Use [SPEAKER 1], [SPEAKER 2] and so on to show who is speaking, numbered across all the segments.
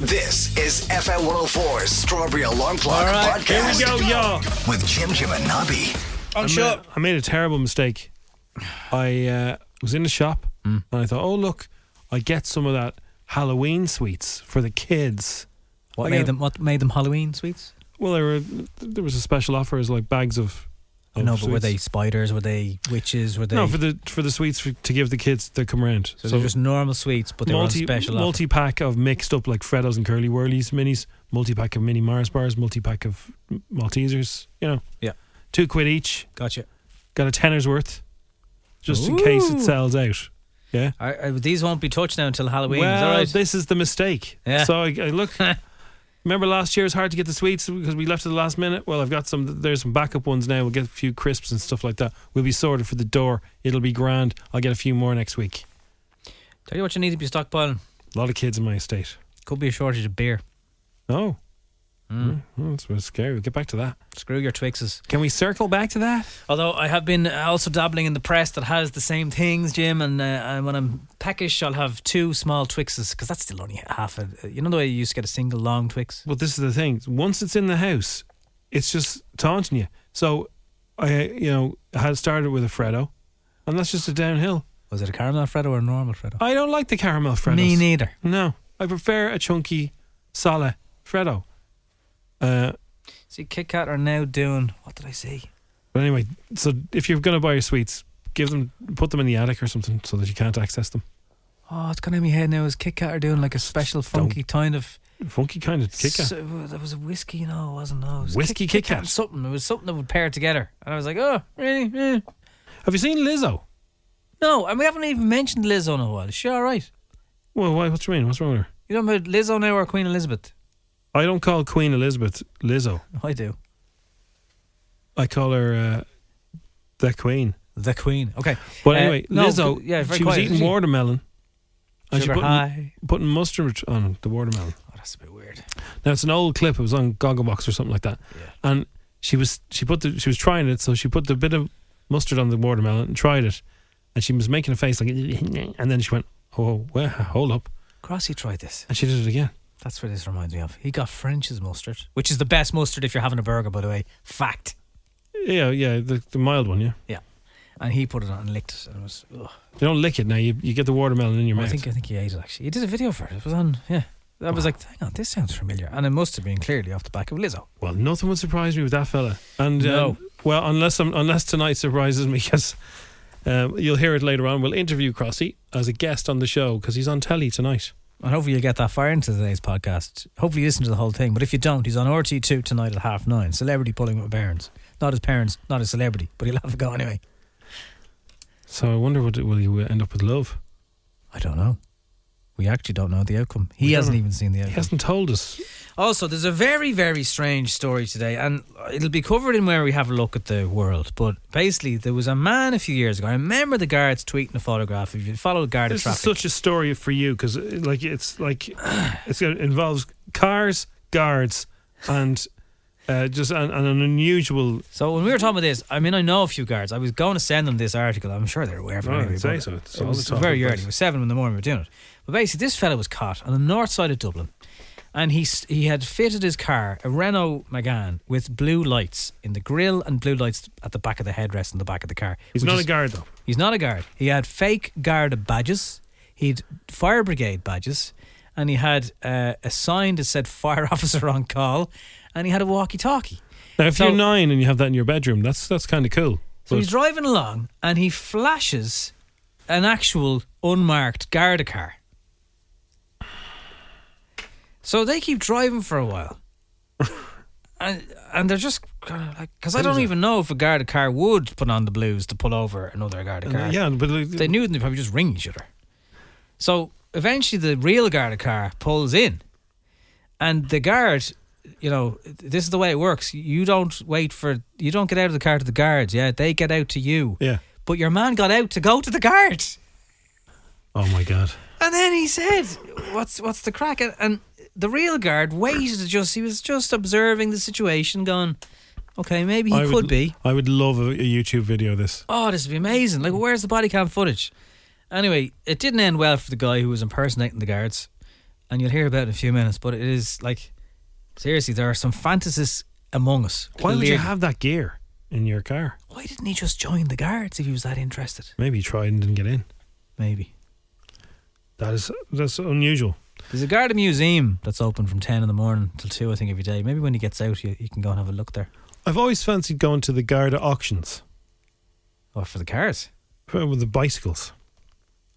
[SPEAKER 1] This is FM 104's Strawberry Alarm Clock
[SPEAKER 2] All right, here
[SPEAKER 1] Podcast
[SPEAKER 2] we go, y'all. Oh,
[SPEAKER 1] with Jim Jim and Nobby.
[SPEAKER 2] I
[SPEAKER 3] I'm
[SPEAKER 2] made-
[SPEAKER 3] sure.
[SPEAKER 2] I made a terrible mistake. I uh, was in the shop
[SPEAKER 3] Mm.
[SPEAKER 2] and I thought, oh, look, I get some of that Halloween sweets for the kids.
[SPEAKER 3] What
[SPEAKER 2] I
[SPEAKER 3] made
[SPEAKER 2] got-
[SPEAKER 3] them? What made them Halloween sweets?
[SPEAKER 2] Well, there, were, there was a special offer as like bags of.
[SPEAKER 3] I
[SPEAKER 2] of
[SPEAKER 3] know, but were they
[SPEAKER 2] sweets.
[SPEAKER 3] spiders? Were they witches? Were they?
[SPEAKER 2] No, for the for the sweets for, to give the kids that come round.
[SPEAKER 3] so, they're just normal sweets, but they
[SPEAKER 2] multi
[SPEAKER 3] were on special offer.
[SPEAKER 2] multi pack of mixed up like Freddos and Curly Whirlies minis, multi pack of mini Mars bars, multi pack of Maltesers. You know,
[SPEAKER 3] Yeah,
[SPEAKER 2] two quid each.
[SPEAKER 3] gotcha.
[SPEAKER 2] Got a tenner's worth, just in case it sells out. Yeah.
[SPEAKER 3] All right, all right, these won't be touched now until Halloween.
[SPEAKER 2] well,
[SPEAKER 3] is that right?
[SPEAKER 2] this is the mistake.
[SPEAKER 3] Yeah.
[SPEAKER 2] So I, I look. remember last year it was hard to get the sweets because we left at the last minute. Well, I've got some. There's some backup ones now. We'll get a few crisps and stuff like that. We'll be sorted for the door. It'll be grand. I'll get a few more next week.
[SPEAKER 3] Tell you what, you need to be stockpiling.
[SPEAKER 2] A lot of kids in my estate.
[SPEAKER 3] Could be a shortage of beer. Hmm.
[SPEAKER 2] Oh. Mm. Mm, that's what's scary. We'll get back to that.
[SPEAKER 3] Screw your Twixes.
[SPEAKER 2] Can we circle back to that?
[SPEAKER 3] Although I have been also dabbling in the press that has the same things, Jim. And, uh, and when I'm peckish, I'll have two small Twixes because that's still only half a. You know the way you used to get a single long Twix.
[SPEAKER 2] Well, this is the thing. Once it's in the house, it's just taunting you. So, I you know had started with a Freddo, and that's just a downhill.
[SPEAKER 3] Was it a caramel Freddo or a normal Freddo?
[SPEAKER 2] I don't like the caramel Freddos.
[SPEAKER 3] Me neither.
[SPEAKER 2] No, I prefer a chunky, solid Freddo. Uh,
[SPEAKER 3] See, Kit Kat are now doing. What did I say?
[SPEAKER 2] but anyway, so if you're gonna buy your sweets, give them, put them in the attic or something, so that you can't access them.
[SPEAKER 3] Oh, it's gone in my head now. Is Kit Kat are doing like a special funky kind of uh,
[SPEAKER 2] Funky kind of Kit Kat.
[SPEAKER 3] So, there was a whiskey, no, it wasn't. No, it was
[SPEAKER 2] Whiskey Kit Kat.
[SPEAKER 3] and Something. It was something that would pair together, and I was like, oh, really? Eh.
[SPEAKER 2] Have you seen Lizzo?
[SPEAKER 3] No, and we haven't even mentioned Lizzo in a while. Is she all right?
[SPEAKER 2] Well, why? What's your mean? What's wrong with her?
[SPEAKER 3] You don't know Lizzo now or Queen Elizabeth?
[SPEAKER 2] I don't call Queen Elizabeth Lizzo.
[SPEAKER 3] I do.
[SPEAKER 2] I call her uh, the Queen.
[SPEAKER 3] The Queen. Okay,
[SPEAKER 2] But
[SPEAKER 3] Uh,
[SPEAKER 2] anyway,
[SPEAKER 3] no,
[SPEAKER 2] Lizzo,
[SPEAKER 3] but- yeah, very
[SPEAKER 2] she
[SPEAKER 3] quiet,
[SPEAKER 2] was eating
[SPEAKER 3] isn't she?
[SPEAKER 2] watermelon. And
[SPEAKER 3] Sugar
[SPEAKER 2] she putting,
[SPEAKER 3] high.
[SPEAKER 2] putting mustard on the watermelon.
[SPEAKER 3] Oh, that's a bit weird.
[SPEAKER 2] Now it's an old clip. It was on Gogglebox or something like that. And she was she put the she was trying it, so she put the bit of mustard on the watermelon and tried it, and she was making a face like, and then she went, "Oh, well, hold up,"
[SPEAKER 3] Crossy tried this.
[SPEAKER 2] and she did it again.
[SPEAKER 3] That's what this reminds me of. He got French's mustard, which is the best mustard if you're having a burger, by the way. Fact.
[SPEAKER 2] Yeah, yeah, the, the mild one. Yeah,
[SPEAKER 3] Yeah. And he put it on and licked it. And it was, ugh.
[SPEAKER 2] you don't lick it now. You you get the watermelon in your
[SPEAKER 3] I
[SPEAKER 2] mouth.
[SPEAKER 3] think I think he ate it actually. He did a video for it. It was on. Yeah, I was like, hang on, this sounds familiar, and it must have been clearly off the back of Lizzo.
[SPEAKER 2] Well, nothing would surprise me with that fella. And
[SPEAKER 3] No.
[SPEAKER 2] um, well, unless um, unless tonight surprises me, because um, you'll hear it later on. We'll interview Crossy as a guest on the show because he's on telly tonight.
[SPEAKER 3] And hopefully you get that far into today's podcast. Hopefully you listen to the whole thing. But if you don't, he's on RT2 tonight at half nine. Celebrity pulling with parents. Not his parents, not a celebrity, but he'll have a go anyway.
[SPEAKER 2] So I wonder what will you end up with love?
[SPEAKER 3] I don't know. We actually don't know the outcome. He hasn't even seen the
[SPEAKER 2] He
[SPEAKER 3] outcome.
[SPEAKER 2] hasn't told us.
[SPEAKER 3] Also, there's a very, very strange story today, and it'll be covered in where we have a look at the world. But basically, there was a man a few years ago. I remember the guards tweeting a photograph. If you follow the guard of
[SPEAKER 2] This
[SPEAKER 3] traffic,
[SPEAKER 2] is such a story for you because like it's like it's, it involves cars, guards, and uh, just an, and an unusual.
[SPEAKER 3] So when we were talking about this, I mean, I know a few guards. I was going to send them this article. I'm sure they're aware of it.
[SPEAKER 2] Oh, I'd
[SPEAKER 3] anyway,
[SPEAKER 2] say
[SPEAKER 3] but
[SPEAKER 2] so. It's
[SPEAKER 3] it
[SPEAKER 2] all
[SPEAKER 3] was
[SPEAKER 2] the talk
[SPEAKER 3] very
[SPEAKER 2] of
[SPEAKER 3] early.
[SPEAKER 2] it.
[SPEAKER 3] It was seven in the morning. We were doing it. But basically, this fella was caught on the north side of Dublin, and he s- he had fitted his car, a Renault Megane, with blue lights in the grille and blue lights at the back of the headrest and the back of the car.
[SPEAKER 2] He's
[SPEAKER 3] which
[SPEAKER 2] not
[SPEAKER 3] is-
[SPEAKER 2] a guard though.
[SPEAKER 3] He's not a guard. He had fake guard badges. He'd fire brigade badges, and he had uh, a sign that said "fire officer on call," and he had a walkie-talkie.
[SPEAKER 2] Now, if
[SPEAKER 3] So-
[SPEAKER 2] you're nine and you have that in your bedroom, that's that's kind of cool. But
[SPEAKER 3] So he's driving along, and he flashes an actual unmarked Garda car. So they keep driving for a while, and and they're just kind of like because I don't even know if a Garda car would put on the blues to pull over another Garda
[SPEAKER 2] and,
[SPEAKER 3] car.
[SPEAKER 2] uh, yeah, but like,
[SPEAKER 3] If they knew, they'd probably just ring each other. So eventually, the real guard car pulls in, and the guard, you know, this is the way it works. You don't wait for, you don't get out of the car to the guards. Yeah, they get out to you.
[SPEAKER 2] yeah.
[SPEAKER 3] But your man got out to go to the guard,
[SPEAKER 2] Oh my god.
[SPEAKER 3] and then he said, "What's what's the crack?" And, and the real guard waited. to Just he was just observing the situation, going, "Okay, maybe he
[SPEAKER 2] I
[SPEAKER 3] could
[SPEAKER 2] would,
[SPEAKER 3] be."
[SPEAKER 2] I would love a, a YouTube video of this.
[SPEAKER 3] Oh, this would be amazing. Like, where's the body cam footage? Anyway, it didn't end well for the guy who was impersonating the guards, and you'll hear about it in a few minutes. But it is like, seriously, there are some fantasies among us.
[SPEAKER 2] Why would you
[SPEAKER 3] Lear-
[SPEAKER 2] have that gear in your car?
[SPEAKER 3] Why didn't he just join the guards if he was that interested?
[SPEAKER 2] Maybe he tried and didn't get in.
[SPEAKER 3] Maybe
[SPEAKER 2] That is that's unusual.
[SPEAKER 3] there's a Garda museum that's open from ten in the morning till two, I think, every day. Maybe when he gets out, you, you can go and have a look there.
[SPEAKER 2] I've always fancied going to the Garda auctions
[SPEAKER 3] Or Oh, for the cars.
[SPEAKER 2] uh, with the bicycles.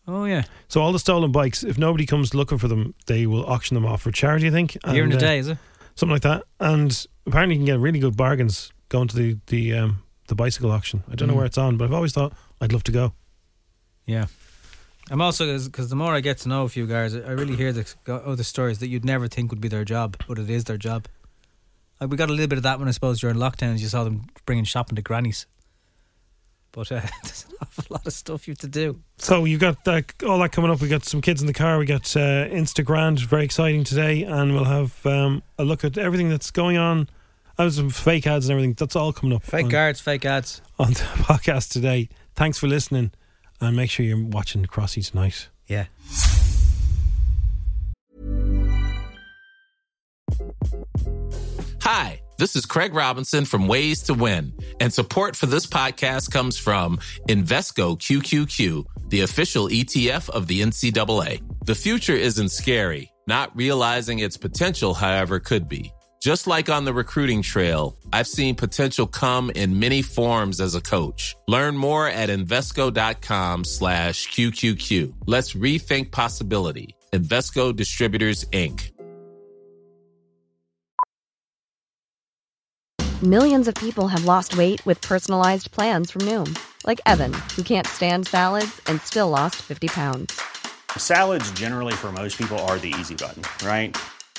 [SPEAKER 3] Oh yeah,
[SPEAKER 2] So all the stolen bikes, if nobody comes looking for them, they will auction them off for charity. I think
[SPEAKER 3] during the
[SPEAKER 2] And, uh,
[SPEAKER 3] day, is it?
[SPEAKER 2] something like that. And apparently, you can get really good bargains going to the the um, the bicycle auction. I don't know
[SPEAKER 3] Mm.
[SPEAKER 2] where it's on, but I've always thought I'd love to go.
[SPEAKER 3] Yeah. I'm also because the more I get to know a few guys, I I really hear the other stories that you'd never think would be their job, but it is their job. Like we got a little bit of that when I suppose during lockdowns, you saw them bringing shopping to grannies. But uh, there's an awful lot of stuff you have to do.
[SPEAKER 2] So you got that, all that coming up. We got some kids in the car. We got uh, Instagram, very exciting today, and we'll have um, a look at everything that's going on. I was some fake ads and everything. That's all coming up
[SPEAKER 3] Fake
[SPEAKER 2] on,
[SPEAKER 3] guards, fake ads.
[SPEAKER 2] on the podcast today. Thanks for listening, and make sure you're watching Crossy tonight.
[SPEAKER 3] Yeah.
[SPEAKER 4] Hi, this is Craig Robinson from Ways to Win, and support for this podcast comes from Invesco QQQ, the official ETF of the NCAA. The future isn't scary, not realizing its potential, however, could be. Just like on the recruiting trail, I've seen potential come in many forms as a coach. Learn more at Invesco.com slash QQQ. Let's rethink possibility. Invesco Distributors, Inc.
[SPEAKER 5] Millions of people have lost weight with personalized plans from Noom, like Evan, who can't stand salads and still lost 50 pounds.
[SPEAKER 6] Salads, generally, for most people, are the easy button, right?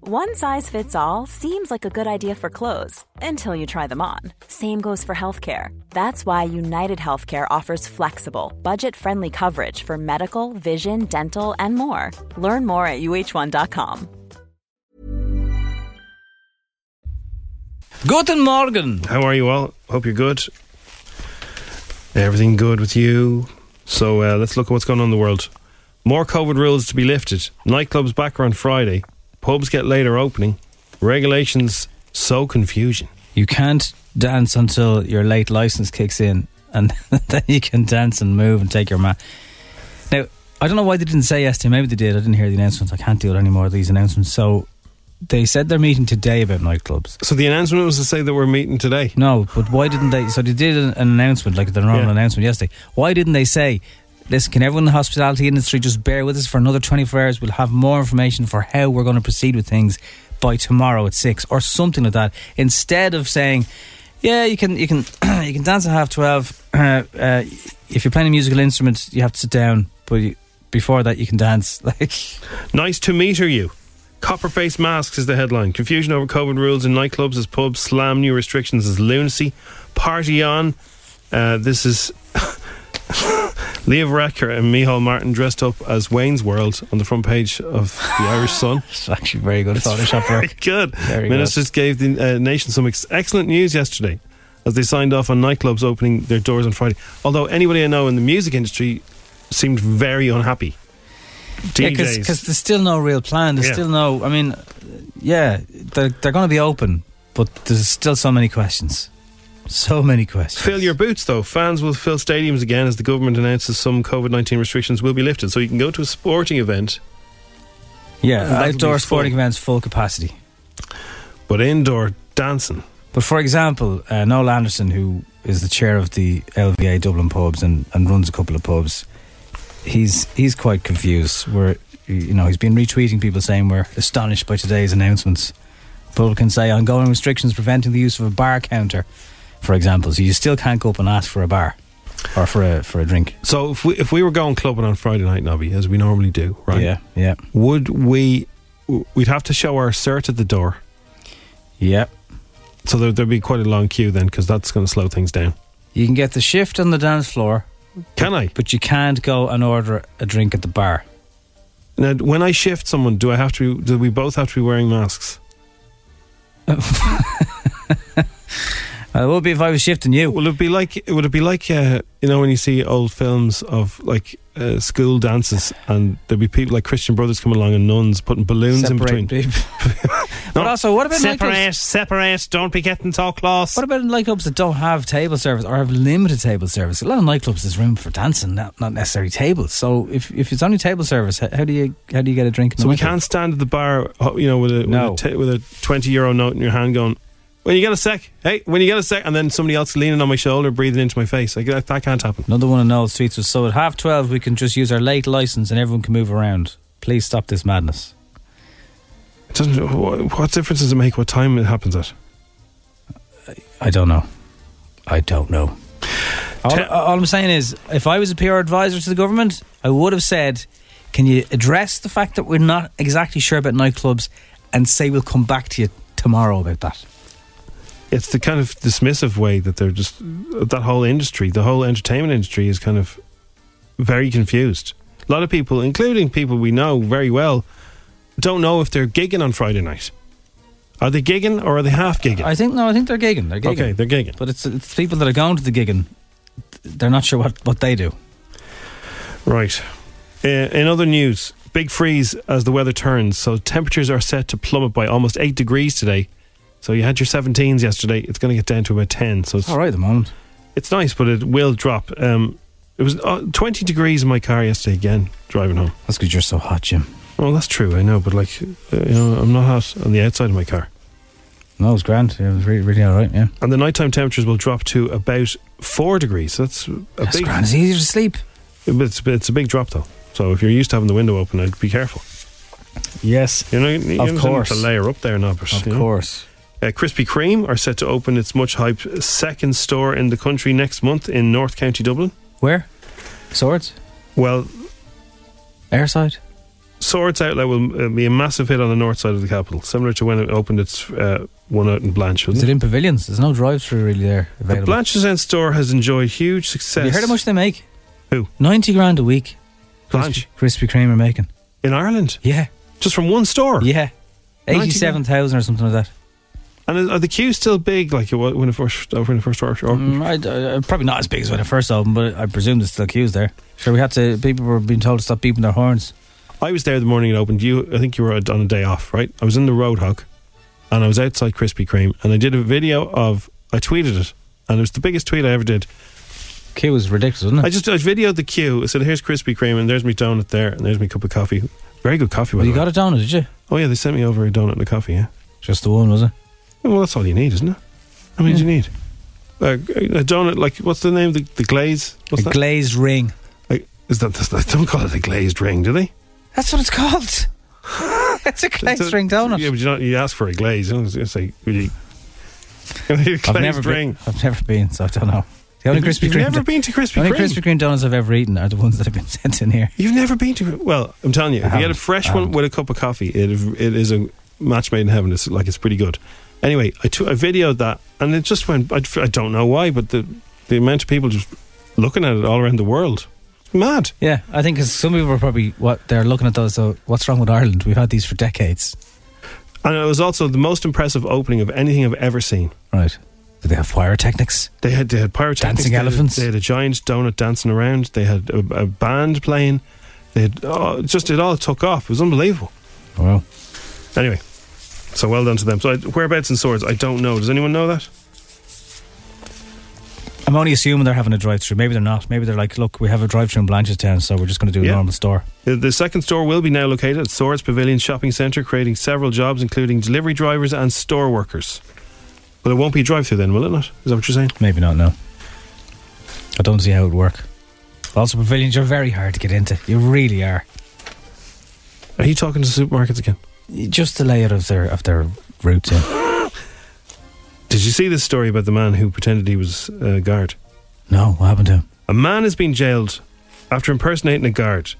[SPEAKER 7] One size fits all seems like a good idea for clothes until you try them on. Same goes for healthcare. That's why United Healthcare offers flexible, budget friendly coverage for medical, vision, dental, and more. Learn more at uh1.com.
[SPEAKER 3] Guten Morgen.
[SPEAKER 2] How are you all? Hope you're good. Everything good with you? So uh, let's look at what's going on in the world. More COVID rules to be lifted. Nightclubs back on Friday. Pubs get later opening. Regulations sow confusion.
[SPEAKER 3] You can't dance until your late license kicks in, and then you can dance and move and take your man. Now, I don't know why they didn't say yes to. Maybe they did. I didn't hear the announcements. I can't deal with any more of these announcements. So they said they're meeting today about nightclubs.
[SPEAKER 2] So the announcement was to say that we're meeting today.
[SPEAKER 3] No, but why didn't they? So they did an an announcement, like the normal
[SPEAKER 2] Yeah.
[SPEAKER 3] announcement yesterday. Why didn't they say, listen, can everyone in the hospitality industry just bear with us for another 24 hours? We'll have more information for how we're going to proceed with things by tomorrow at six or something like that. Instead of saying, yeah, you can, you can, you can dance at half 12. Uh, uh, if you're playing a musical instrument, you have to sit down, but you, before that, you can dance. Like,
[SPEAKER 2] Nice to meet her, you. Copperface masks is the headline. Confusion over COVID rules in nightclubs as pubs slam new restrictions as lunacy. Party on. Uh, this is Leo Varadkar and Michal Martin dressed up as Wayne's World on the front page of the Irish Sun.
[SPEAKER 3] It's actually very good Photoshop work.
[SPEAKER 2] Very good.
[SPEAKER 3] Very good.
[SPEAKER 2] Ministers gave the uh, nation some ex- excellent news yesterday as they signed off on nightclubs opening their doors on Friday. Although anybody I know in the music industry seemed very unhappy.
[SPEAKER 3] because
[SPEAKER 2] DJs.
[SPEAKER 3] there's still no real plan. There's
[SPEAKER 2] Yeah.
[SPEAKER 3] still no. I mean, yeah, they're they're going to be open, but there's still so many questions. So many questions.
[SPEAKER 2] Fill your boots, though. Fans will fill stadiums again as the government announces some COVID 19 restrictions will be lifted. So you can go to a sporting event,
[SPEAKER 3] yeah
[SPEAKER 2] That'll be
[SPEAKER 3] Uh, outdoor
[SPEAKER 2] full.
[SPEAKER 3] sporting events full capacity.
[SPEAKER 2] but indoor dancing.
[SPEAKER 3] But for example, uh, Noel Anderson, who is the chair of the LVA Dublin pubs and, and runs a couple of pubs, he's he's quite confused. Where you know he's been retweeting people saying we're astonished by today's announcements. People can say ongoing restrictions preventing the use of a bar counter, for example. So you still can't go up and ask for a bar or for a for a drink.
[SPEAKER 2] So if we, if we were going clubbing on Friday night, Nobby, as we normally do, right?
[SPEAKER 3] Yeah, yeah,
[SPEAKER 2] Would we. w- We'd have to show our cert at the door.
[SPEAKER 3] yeah.
[SPEAKER 2] So there, there'd be quite a long queue then because that's going to slow things down.
[SPEAKER 3] You can get the shift on the dance floor,
[SPEAKER 2] Can I?
[SPEAKER 3] but you can't go and order a drink at the bar.
[SPEAKER 2] Now, when I shift someone, do I have to? Do we both have to be wearing masks?
[SPEAKER 3] I would be if I was shifting you.
[SPEAKER 2] Will it be like? Would it be like? Uh, you know, when you see old films of like uh, school dances, and there'd be people like Christian Brothers coming along and nuns putting balloons in between.
[SPEAKER 3] people. but also, what about nightclubs?
[SPEAKER 2] separate! Don't be getting so close.
[SPEAKER 3] What about nightclubs that don't have table service or have limited table service? A lot of nightclubs there's room for dancing, not, not necessarily tables. So if, if it's only table service, h- how do you how do you get a drink? In
[SPEAKER 2] so
[SPEAKER 3] the
[SPEAKER 2] we
[SPEAKER 3] nightclub?
[SPEAKER 2] can't stand at the bar, uh, you know, with a
[SPEAKER 3] No.
[SPEAKER 2] with a, t- with a twenty euro note in your hand, going, "When you get a sec, hey, when you get a sec," and then somebody else leaning on my shoulder, breathing into my face. Like that, that can't happen.
[SPEAKER 3] Another one in Old Streets was so at half twelve we can just use our late license and everyone can move around. Please stop this madness.
[SPEAKER 2] It doesn't. What, what difference does it make? What time it happens at?
[SPEAKER 3] I don't know. I don't know. All, all I'm saying is, if I was a PR advisor to the government, I would have said, "Can you address the fact that we're not exactly sure about nightclubs, and say we'll come back to you tomorrow about that."
[SPEAKER 2] it's the kind of dismissive way that they're just that whole industry, the whole entertainment industry is kind of very confused. A lot of people, including people we know very well, don't know if they're gigging on Friday night. Are they gigging or are they half gigging?
[SPEAKER 3] I think no, I think they're gigging. They're gigging.
[SPEAKER 2] Okay, they're gigging.
[SPEAKER 3] But it's it's people that are going to the gigging. They're not sure what what they do.
[SPEAKER 2] Right. Uh, in other news, big freeze as the weather turns. So temperatures are set to plummet by almost eight degrees today. So you had your 17s yesterday. It's going to get down to about 10. So it's
[SPEAKER 3] All right, at the moment.
[SPEAKER 2] it's nice, but it will drop. Um, it was uh, 20 degrees in my car yesterday again, driving home.
[SPEAKER 3] That's because you're so hot, Jim.
[SPEAKER 2] Well, that's true, I know, but like, uh, you know, I'm not hot on the outside of my car.
[SPEAKER 3] No, it was grand. Yeah, It was really, really all right. Yeah,
[SPEAKER 2] And the nighttime temperatures will drop to about four degrees. So that's a
[SPEAKER 3] that's
[SPEAKER 2] big,
[SPEAKER 3] grand. It's easier to sleep.
[SPEAKER 2] It's, it's a big drop though. So if you're used to having the window open, I'd be careful.
[SPEAKER 3] Yes,
[SPEAKER 2] You know, you don't have
[SPEAKER 3] course.
[SPEAKER 2] to layer up there, Nobbers.
[SPEAKER 3] of course.
[SPEAKER 2] Uh, Krispy Kreme are set to open its much hyped second store in the country next month in North County Dublin.
[SPEAKER 3] Where? Swords,
[SPEAKER 2] Well,
[SPEAKER 3] airside.
[SPEAKER 2] Swords Outlet will uh, be a massive hit on the north side of the capital, similar to when it opened its uh, one out in Blanche.
[SPEAKER 3] Is it
[SPEAKER 2] Wasn't it?
[SPEAKER 3] in pavilions? There's no drive-through really there
[SPEAKER 2] The
[SPEAKER 3] available.
[SPEAKER 2] Blanche's End store has enjoyed huge success.
[SPEAKER 3] Have you heard how much they make?
[SPEAKER 2] Who?
[SPEAKER 3] Ninety grand a week.
[SPEAKER 2] Blanche.
[SPEAKER 3] Krispy Krispy Kreme are making.
[SPEAKER 2] in Ireland
[SPEAKER 3] Yeah,
[SPEAKER 2] just from one store?
[SPEAKER 3] yeah. Eighty-seven thousand or something like that.
[SPEAKER 2] And is- are the queues still big like it was when it first uh, when it first started? Or-
[SPEAKER 3] Mm, I, I, probably not as big as when it first opened, but I presume there's still queues there. Sure, we had to. People were being told to stop beeping their horns.
[SPEAKER 2] I was there the morning it opened. You, I think you were uh, on a day off, right? I was in the Roadhog, and I was outside Krispy Kreme, and I did a video of. I tweeted it, and it was the biggest tweet I ever did.
[SPEAKER 3] Queue was ridiculous, wasn't it?
[SPEAKER 2] I just I videoed the queue. I said, "Here's Krispy Kreme, and there's me donut there, and there's me cup of coffee. Very good coffee, by
[SPEAKER 3] well,
[SPEAKER 2] the
[SPEAKER 3] you
[SPEAKER 2] way.
[SPEAKER 3] got it down, did you?
[SPEAKER 2] Oh yeah, they sent me over a donut and a coffee. Yeah.
[SPEAKER 3] Just the one, was it?
[SPEAKER 2] Well, that's all you need, isn't it? How many do you need? Uh, a donut, like what's the name? The, the glaze. What's
[SPEAKER 3] a
[SPEAKER 2] that?
[SPEAKER 3] glazed ring.
[SPEAKER 2] Like, is that that's, they don't call it a glazed ring, do they?
[SPEAKER 3] That's what it's called. it's a glazed
[SPEAKER 2] It's a-
[SPEAKER 3] ring donut.
[SPEAKER 2] Yeah, but you, not, you ask for a glaze. and It's like really. glazed
[SPEAKER 3] I've never
[SPEAKER 2] ring.
[SPEAKER 3] been. I've never been, so I don't know. The only
[SPEAKER 2] You've-
[SPEAKER 3] Krispy
[SPEAKER 2] you've
[SPEAKER 3] Kreme.
[SPEAKER 2] never been to Krispy
[SPEAKER 3] The only
[SPEAKER 2] Kreme?
[SPEAKER 3] Krispy Kreme donuts I've ever eaten are the ones that have been sent in here.
[SPEAKER 2] You've never been to. Well, I'm telling you,
[SPEAKER 3] I
[SPEAKER 2] if you get a
[SPEAKER 3] haven't.
[SPEAKER 2] fresh
[SPEAKER 3] I
[SPEAKER 2] one
[SPEAKER 3] haven't.
[SPEAKER 2] with a cup of coffee, it it is a match made in heaven. It's like it's pretty good. Anyway, I took I videoed that, and it just went. I, I don't know why, but the the amount of people just looking at it all around the world. Mad.
[SPEAKER 3] Yeah, I think 'cause some people are probably what they're looking at those. So what's wrong with Ireland? We've had these for decades,
[SPEAKER 2] And it was also the most impressive opening of anything I've ever seen.
[SPEAKER 3] right? Do they have pyrotechnics?
[SPEAKER 2] They had they had pyrotechnics,
[SPEAKER 3] Dancing
[SPEAKER 2] they had-
[SPEAKER 3] elephants.
[SPEAKER 2] They had a giant donut dancing around. They had a, a band playing. They had oh, just it all took off. It was unbelievable.
[SPEAKER 3] Wow.
[SPEAKER 2] Anyway, so well done to them. So I, whereabouts in swords, I don't know. Does anyone know that?
[SPEAKER 3] I'm only assuming they're having a drive-through. Maybe they're not. Maybe they're like, look, we have a drive-through in Blanchardstown, so we're just going to do a
[SPEAKER 2] Yeah.
[SPEAKER 3] normal store.
[SPEAKER 2] The, the second store will be now located at Swords Pavilion Shopping Centre, creating several jobs, including delivery drivers and store workers. But it won't be drive through then, will it not? Is that what you're saying?
[SPEAKER 3] Maybe not. No. I don't see how it would work. Also, pavilions are very hard to get into. You really are.
[SPEAKER 2] Are you talking to supermarkets again?
[SPEAKER 3] Just the layout of their of their routes in.
[SPEAKER 2] Did you see this story about the man who pretended he was a guard?
[SPEAKER 3] No, what happened to him?
[SPEAKER 2] A man has been jailed after impersonating a guard.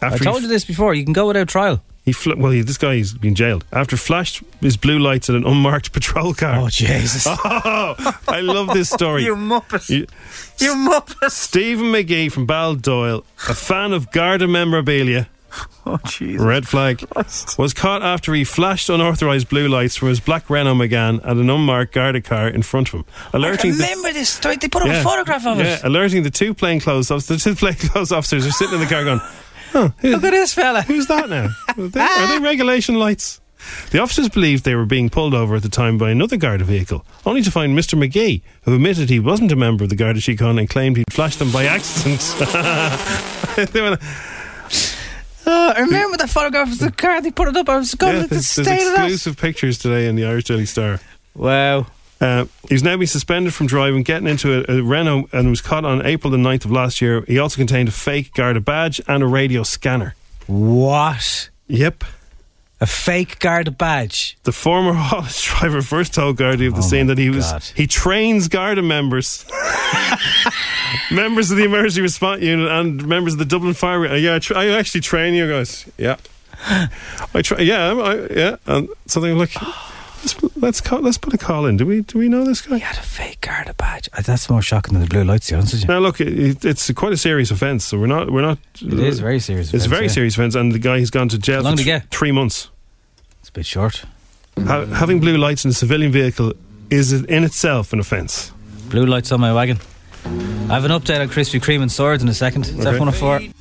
[SPEAKER 3] I
[SPEAKER 2] After
[SPEAKER 3] told
[SPEAKER 2] he,
[SPEAKER 3] you this before. You can go without trial.
[SPEAKER 2] he fl- well, he, this guy's been jailed after flashed his blue lights at an unmarked patrol car.
[SPEAKER 3] Oh Jesus!
[SPEAKER 2] Oh, I love this story.
[SPEAKER 3] you muppet! You,
[SPEAKER 2] You-
[SPEAKER 3] muppet!
[SPEAKER 2] Stephen McGee from Baldoyle, a fan of Garda memorabilia,
[SPEAKER 3] Oh Jesus!
[SPEAKER 2] red flag, was caught after he flashed unauthorized blue lights from his black Renault Megane at an unmarked Garda car in front of him, alerting the
[SPEAKER 3] remember this story. They put up
[SPEAKER 2] Yeah.
[SPEAKER 3] a photograph of
[SPEAKER 2] yeah,
[SPEAKER 3] it.
[SPEAKER 2] alerting the two plainclothes officers. The two plainclothes officers are sitting in the car going,
[SPEAKER 3] Look at this fella.
[SPEAKER 2] Who's that now? Are they, are they regulation lights? The officers believed they were being pulled over at the time by another Garda vehicle, only to find Mr. McGee, who admitted he wasn't a member of the Garda Síochána and claimed he'd flashed them by accident. They went,
[SPEAKER 3] Oh, I remember that photograph of the car. They put it up. I was going
[SPEAKER 2] yeah,
[SPEAKER 3] to the
[SPEAKER 2] there's,
[SPEAKER 3] state
[SPEAKER 2] there's
[SPEAKER 3] of that.
[SPEAKER 2] exclusive pictures today in the Irish Daily Star.
[SPEAKER 3] Wow.
[SPEAKER 2] Uh, he's now been suspended from driving, getting into a, a Renault, and was caught on April the 9th of last year. He also contained a fake Garda badge and a radio scanner.
[SPEAKER 3] What?
[SPEAKER 2] Yep.
[SPEAKER 3] A fake Garda badge. Oh
[SPEAKER 2] The former Hollis driver first told Gardaí of the scene
[SPEAKER 3] my
[SPEAKER 2] that he was
[SPEAKER 3] God.
[SPEAKER 2] he trains Garda members, members of the emergency response unit, and members of the Dublin Fire. Uh, yeah, I, tra- I actually train you guys. Yeah, I try. Yeah, I'm- I, yeah. And something like let's let's call, let's put a call in. Do we do we know this guy?
[SPEAKER 3] He had a fake Garda badge. Uh, That's more shocking than the blue lights, to be honest with you.
[SPEAKER 2] Now look, it, it's quite a serious offence. So we're not we're not.
[SPEAKER 3] It is a very serious
[SPEAKER 2] It's
[SPEAKER 3] offence,
[SPEAKER 2] a very
[SPEAKER 3] yeah.
[SPEAKER 2] serious offence, and the guy has gone to jail
[SPEAKER 3] How long
[SPEAKER 2] for
[SPEAKER 3] did he
[SPEAKER 2] th-
[SPEAKER 3] get?
[SPEAKER 2] three months.
[SPEAKER 3] It's a bit short.
[SPEAKER 2] Ha- having blue lights in a civilian vehicle is in itself an offence.
[SPEAKER 3] Blue lights on my wagon. I have an update on Krispy Kreme and swords in a second. Is that
[SPEAKER 2] Okay.
[SPEAKER 3] 104?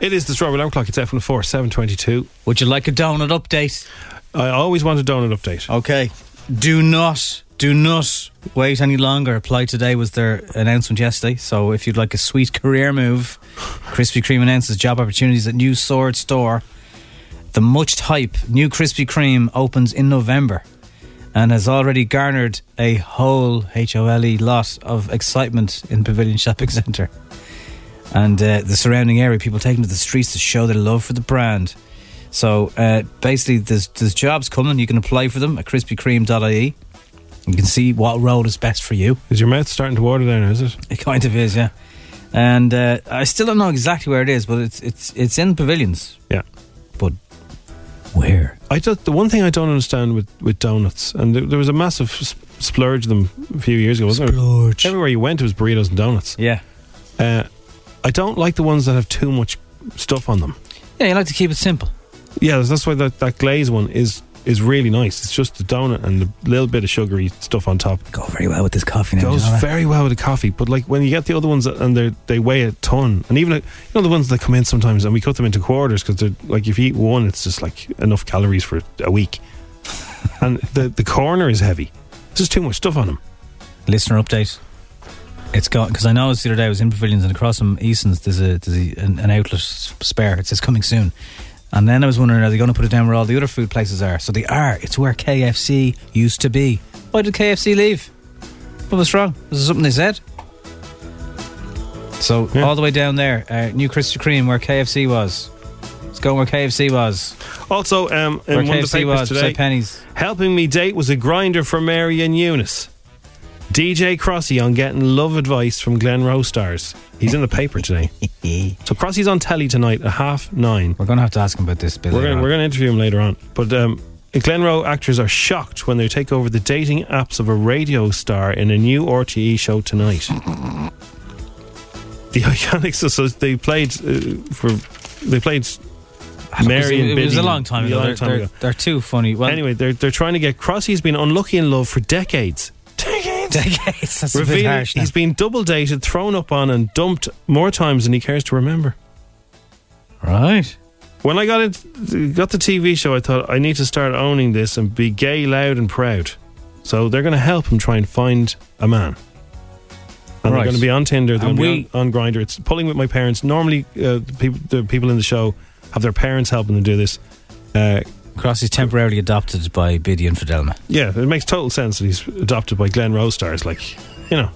[SPEAKER 2] It is the strawberry alarm clock. It's F one oh four seven twenty two.
[SPEAKER 3] Would you like a donut update?
[SPEAKER 2] I always want a donut update.
[SPEAKER 3] Okay. Do not, do not wait any longer. Apply today was their announcement yesterday. So if you'd like a sweet career move, Krispy Kreme announces job opportunities at new Sword store. The much hype new Krispy Kreme opens in November and has already garnered a whole HOLE E lot of excitement in Pavilion Shopping Centre and uh, the surrounding area. People taking to the streets to show their love for the brand. So uh, basically, there's there's jobs coming. You can apply for them at krispykreme.ie. E. You can see what road is best for you.
[SPEAKER 2] Is your mouth starting to water there now? Is it?
[SPEAKER 3] It kind of is, yeah. And uh, I still don't know exactly where it is, but it's it's it's in pavilions.
[SPEAKER 2] Yeah.
[SPEAKER 3] But where?
[SPEAKER 2] I just the one thing I don't understand with, with donuts, and there, there was a massive s- splurge of them a few years ago, wasn't
[SPEAKER 3] Splurge.
[SPEAKER 2] there? Everywhere you went, it was burritos and donuts.
[SPEAKER 3] Yeah.
[SPEAKER 2] Uh, I don't like the ones that have too much stuff on them.
[SPEAKER 3] Yeah, you like to keep it simple.
[SPEAKER 2] Yeah, that's why that, that glaze one is is really nice. It's just the donut and the little bit of sugary stuff on top.
[SPEAKER 3] Go very well with this coffee now.
[SPEAKER 2] goes
[SPEAKER 3] you know that?
[SPEAKER 2] very well with the coffee. But like when you get the other ones and they they weigh a ton, and even like, you know the ones that come in sometimes, and we cut them into quarters because they're like if you eat one, it's just like enough calories for a week. and the the corner is heavy. There's just too much stuff on them.
[SPEAKER 3] listener update. It's gone because I noticed the other day I was in pavilions and across from Easton's there's a there's a, an, an outlet s- spare. It says coming soon, and then I was wondering are they going to put it down where all the other food places are? So they are. It's where KFC used to be. Why did KFC leave? What was wrong? Was there something they said? So
[SPEAKER 2] Yeah.
[SPEAKER 3] all the way down there, uh, New Krispy Kreme where KFC was. It's going where KFC was.
[SPEAKER 2] Also, um,
[SPEAKER 3] Where
[SPEAKER 2] in one of the
[SPEAKER 3] KFC
[SPEAKER 2] papers
[SPEAKER 3] was. Beside
[SPEAKER 2] today,
[SPEAKER 3] Penny's.
[SPEAKER 2] helping me date was a grinder for Mary and Eunice. DJ Crossy on getting love advice from Glen Rowe Stars. He's in the paper today. so Crossy's on telly tonight at half nine.
[SPEAKER 3] We're going to have to ask him about this. Bill.
[SPEAKER 2] We're gonna, we're gonna interview him later on. But um, Glenroe actors are shocked when they take over the dating apps of a radio star in a new RTE show tonight. E the Iconics. So, so they played uh, for they played
[SPEAKER 3] It was-
[SPEAKER 2] Mary and
[SPEAKER 3] it was
[SPEAKER 2] Biddy.
[SPEAKER 3] a long time
[SPEAKER 2] A
[SPEAKER 3] ago.
[SPEAKER 2] long
[SPEAKER 3] they're,
[SPEAKER 2] time
[SPEAKER 3] they're,
[SPEAKER 2] ago.
[SPEAKER 3] they're too funny. Well,
[SPEAKER 2] anyway. They're they're trying to get Crossy's been unlucky in love for decades. Decades.
[SPEAKER 3] decades. That's a bit
[SPEAKER 2] Revealing
[SPEAKER 3] harsh. now.
[SPEAKER 2] he's been double dated, thrown up on, and dumped more times than he cares to remember.
[SPEAKER 3] right.
[SPEAKER 2] When I got it, got the TV show, I thought I need to start owning this and be gay, loud, and proud. So they're going to help him try and find a man. And
[SPEAKER 3] Right.
[SPEAKER 2] they're going to be on Tinder. They're
[SPEAKER 3] And
[SPEAKER 2] going to
[SPEAKER 3] we-
[SPEAKER 2] be on, on Grinder. It's pulling with my parents. Normally, uh, the, people, the people in the show have their parents helping them do this. Uh,
[SPEAKER 3] Cross is temporarily adopted by Biddy and Fidelma.
[SPEAKER 2] yeah, it makes total sense that he's adopted by Glenn Rose stars. Like, you know,